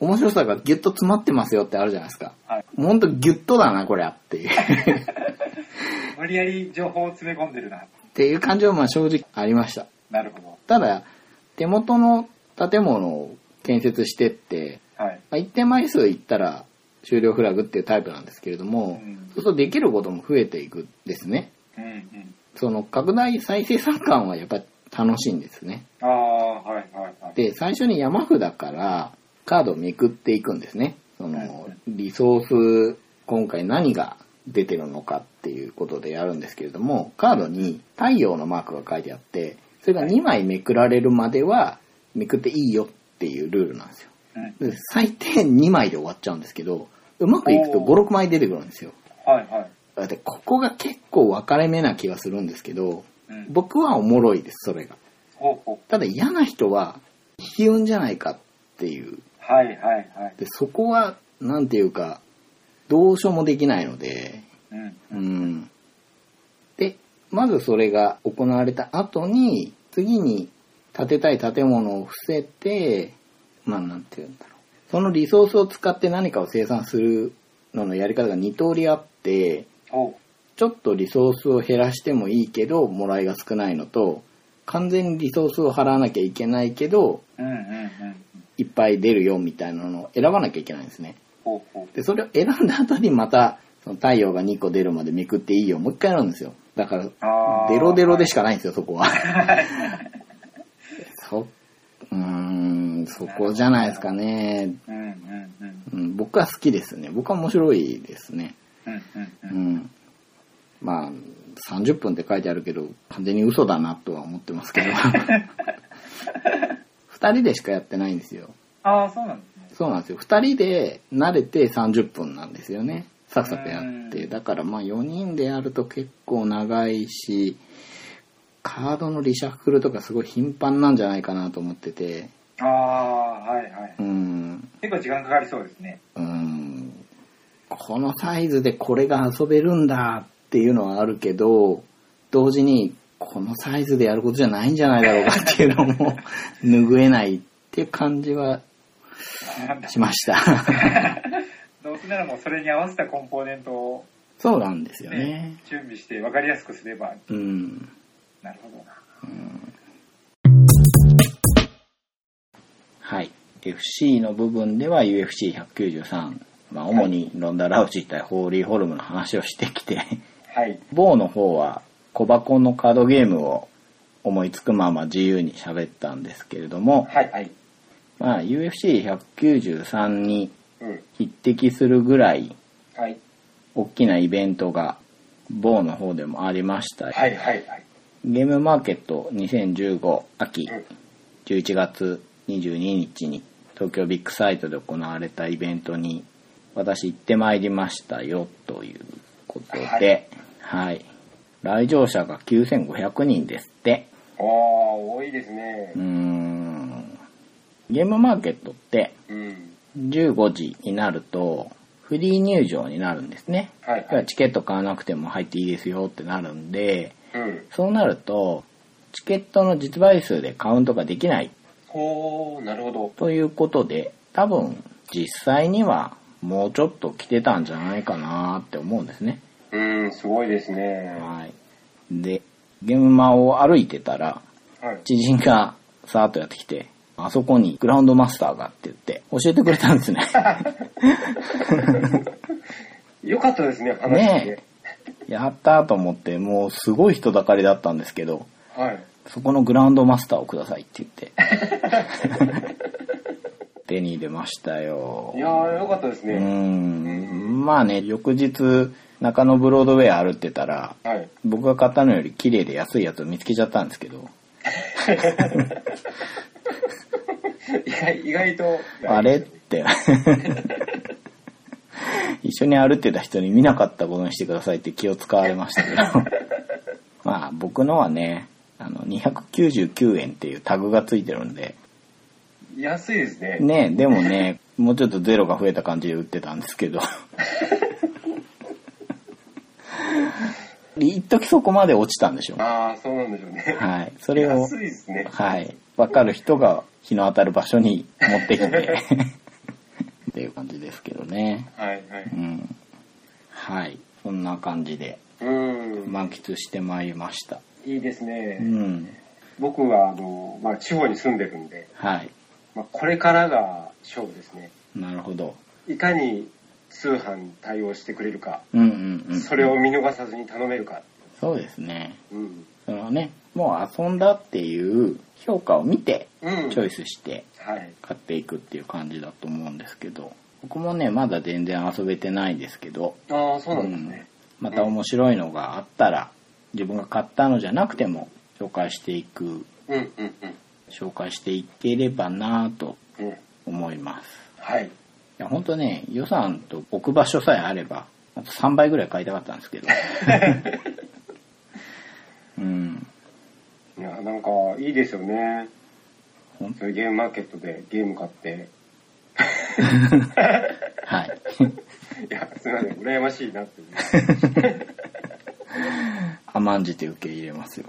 [SPEAKER 1] 面白さがギュッと詰まってますよってあるじゃないですか
[SPEAKER 2] はい、
[SPEAKER 1] ほんとギュッとだなこれはっていう
[SPEAKER 2] 無理やり情報を詰め込んでるな。
[SPEAKER 1] っていう感情はまあ正直ありました
[SPEAKER 2] なるほ
[SPEAKER 1] ただ手元の建物を建設してって、
[SPEAKER 2] ど。はい。
[SPEAKER 1] まあ、一定枚数いったら終了フラグっていうタイプなんですけれども、
[SPEAKER 2] うん
[SPEAKER 1] そうするとできることも増えていくんですね
[SPEAKER 2] うんうん。
[SPEAKER 1] その拡大再生産感はやっぱり楽しいんですね
[SPEAKER 2] ああ、はいはいはい。
[SPEAKER 1] で最初に山札からカードをめくっていくんですねそのリソース今回何が出てるのかっていうことでやるんですけれどもカードに太陽のマークが書いてあってそれが2枚めくられるまではめくっていいよっていうルールなんですよ
[SPEAKER 2] うん
[SPEAKER 1] で最低2枚で終わっちゃうんですけどうまくいくと56枚出てくるんですよ
[SPEAKER 2] はいはい。
[SPEAKER 1] だってここが結構分かれ目な気がするんですけど
[SPEAKER 2] うん、
[SPEAKER 1] 僕はおもろいですそれが
[SPEAKER 2] ほうほう。
[SPEAKER 1] ただ嫌な人は引き運じゃないかっていう
[SPEAKER 2] はいはいはい。
[SPEAKER 1] でそこはなんていうかどうしようもできないので
[SPEAKER 2] うん。
[SPEAKER 1] うんでまずそれが行われた後に次に建てたい建物を伏せてまあなんて言うんだろうそのリソースを使って何かを生産するののやり方が2通りあって
[SPEAKER 2] ほう。
[SPEAKER 1] ちょっとリソースを減らしてもいいけどもらいが少ないのと完全にリソースを払わなきゃいけないけど
[SPEAKER 2] うんうんうん。
[SPEAKER 1] いっぱい出るよみたいなのを選ばなきゃいけないんですね。
[SPEAKER 2] ほうほう。
[SPEAKER 1] で、それを選んだ後にまた、その太陽が2個出るまでめくっていいよ。もう一回やるんですよ。だから、
[SPEAKER 2] あー
[SPEAKER 1] デロデロでしかないんですよ、そこは。そ、うーん、そこじゃないですかね。
[SPEAKER 2] うんうんうん
[SPEAKER 1] うん、僕は好きですね。僕は面白いですね。
[SPEAKER 2] うんうんう
[SPEAKER 1] うんん。まあ、30分って書いてあるけど、完全に嘘だなとは思ってますけど。二人でしかやってないんですよ。
[SPEAKER 2] ああ、そうなんですね。
[SPEAKER 1] そうなんですよ。2人で慣れて30分なんですよね。サクサクやっ
[SPEAKER 2] う
[SPEAKER 1] て。
[SPEAKER 2] ん
[SPEAKER 1] だからまあ4人でやると結構長いし、カードのリシャッフルとかすごい頻繁なんじゃないかなと思ってて、
[SPEAKER 2] ああ、はいはい。
[SPEAKER 1] うん、
[SPEAKER 2] 結構時間かかりそうですね。
[SPEAKER 1] うん、このサイズでこれが遊べるんだっていうのはあるけど、同時にこのサイズでやることじゃないんじゃないだろうかっていうの も拭えないっていう感じはしま した。
[SPEAKER 2] どうせならもうそれに合わせたコンポーネントを、
[SPEAKER 1] そうなんですよ
[SPEAKER 2] ね
[SPEAKER 1] ね。
[SPEAKER 2] 準備して分かりやすくすれば、
[SPEAKER 1] うん。
[SPEAKER 2] なるほどな。
[SPEAKER 1] はい。FC の部分では UFC193 まあ、主にロンダ・ラウチ対ホーリー・ホルムの話をしてきて、
[SPEAKER 2] はい。
[SPEAKER 1] ボーの方は小箱のカードゲームを思いつくまま自由に喋ったんですけれども、
[SPEAKER 2] はい。はい。
[SPEAKER 1] まあ、UFC193 に
[SPEAKER 2] うん。
[SPEAKER 1] 匹敵するぐらい
[SPEAKER 2] はい。
[SPEAKER 1] 大きなイベントがボーの方でもありました、
[SPEAKER 2] はい。はい。はい。
[SPEAKER 1] ゲームマーケット2015秋
[SPEAKER 2] うん。
[SPEAKER 1] 11月22日に東京ビッグサイトで行われたイベントに私行ってまいりましたよということで、はい来場者が9500人ですって
[SPEAKER 2] ああ、多いですね
[SPEAKER 1] うー。んゲームマーケットって
[SPEAKER 2] うん。
[SPEAKER 1] 15時になるとフリー入場になるんですね
[SPEAKER 2] はい
[SPEAKER 1] だ。か
[SPEAKER 2] は
[SPEAKER 1] ら
[SPEAKER 2] い。
[SPEAKER 1] チケット買わなくても入っていいですよってなるんで
[SPEAKER 2] うん。
[SPEAKER 1] そうなるとチケットの実売数でカウントができない
[SPEAKER 2] ほう、なるほど。
[SPEAKER 1] ということで多分実際にはもうちょっと来てたんじゃないかなって思うんですね。
[SPEAKER 2] うん、すごいですね。
[SPEAKER 1] はい、で現場を歩いてたら
[SPEAKER 2] はい。
[SPEAKER 1] 知人がさーっとやってきて「あそこにグラウンドマスターが」って言って教えてくれたんですね。
[SPEAKER 2] よかったですね、話して
[SPEAKER 1] ね。えやったーと思ってもうすごい人だかりだったんですけど
[SPEAKER 2] はい。
[SPEAKER 1] そこのグラウンドマスターをくださいって言って手に入れましたよ
[SPEAKER 2] いやー、よかったです
[SPEAKER 1] う
[SPEAKER 2] ね。
[SPEAKER 1] んまあね翌日中野ブロードウェア歩ってたら
[SPEAKER 2] はい。
[SPEAKER 1] 僕が買ったのより綺麗で安いやつを見つけちゃったんですけど
[SPEAKER 2] 意外、意外と。
[SPEAKER 1] あれって 一緒に歩ってた人に見なかったことにしてくださいって気を使われましたけどまあ僕のはねあの299円っていうタグがついてるんで
[SPEAKER 2] 安いですね。
[SPEAKER 1] ねでもねもうちょっとゼロが増えた感じで売ってたんですけど一時そこまで落ちたんでしょうね
[SPEAKER 2] ああ、そうなんでしょうね。
[SPEAKER 1] はい。それを
[SPEAKER 2] 安、いですね。
[SPEAKER 1] はい。わかる人が日の当たる場所に持ってきて、っていう感じですけどね。。
[SPEAKER 2] はい、はいう
[SPEAKER 1] ん。はい。そんな感じで
[SPEAKER 2] うん。
[SPEAKER 1] 満喫してまいりました。
[SPEAKER 2] いいです
[SPEAKER 1] う
[SPEAKER 2] ね。
[SPEAKER 1] ん。
[SPEAKER 2] 僕は、あの、まあ、地方に住んでるんで、
[SPEAKER 1] はい。
[SPEAKER 2] まあ、これからが勝負ですね。
[SPEAKER 1] なるほど。
[SPEAKER 2] いかに通販対応してくれるか、
[SPEAKER 1] うんうんうん。
[SPEAKER 2] それを見逃さずに頼めるか。
[SPEAKER 1] そうですね。
[SPEAKER 2] うん。
[SPEAKER 1] そのね、もう遊んだっていう評価を見て、
[SPEAKER 2] うん。
[SPEAKER 1] チョイスして
[SPEAKER 2] はい。
[SPEAKER 1] 買っていくっていう感じだと思うんですけど、僕もね、まだ全然遊べてないですけど、
[SPEAKER 2] ああ、そうなんですね。
[SPEAKER 1] また面白いのがあったら自分が買ったのじゃなくても紹介していく
[SPEAKER 2] うん、うん、うん。
[SPEAKER 1] 紹介していければなぁと
[SPEAKER 2] うん。
[SPEAKER 1] 思います
[SPEAKER 2] はい。
[SPEAKER 1] いや本当ね予算と置く場所さえあればあと3倍ぐらい買いたかったんですけどうん
[SPEAKER 2] いや、なんか、いいですよね。
[SPEAKER 1] ほん
[SPEAKER 2] そういうゲームマーケットでゲーム買って。
[SPEAKER 1] はい
[SPEAKER 2] いや、すみません、羨ましいなっていう。
[SPEAKER 1] 甘んじて受け入れますよ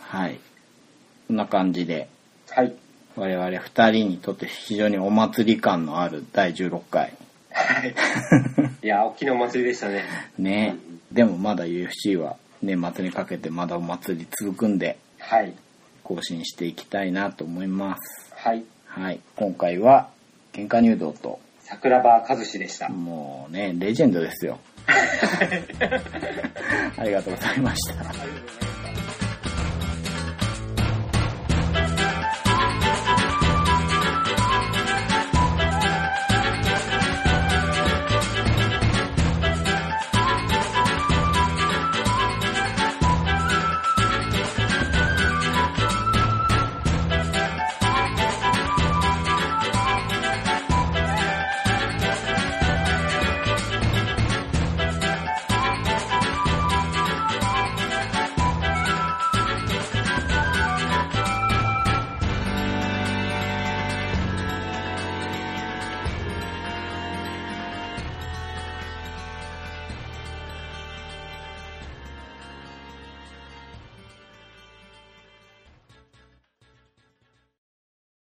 [SPEAKER 1] はいこんな感じで
[SPEAKER 2] はい。
[SPEAKER 1] 我々2人にとって非常にお祭り感のある第16回
[SPEAKER 2] はい。いや、大きなお祭りでしたね。
[SPEAKER 1] ねでもまだ UFC は年末にかけてまだお祭り続くんで
[SPEAKER 2] はい。
[SPEAKER 1] 更新していきたいなと思います
[SPEAKER 2] はい。
[SPEAKER 1] はい今回は喧嘩入道と
[SPEAKER 2] 桜庭和志でした。
[SPEAKER 1] もうねレジェンドですよ ありがとうございました
[SPEAKER 2] ありがとうございます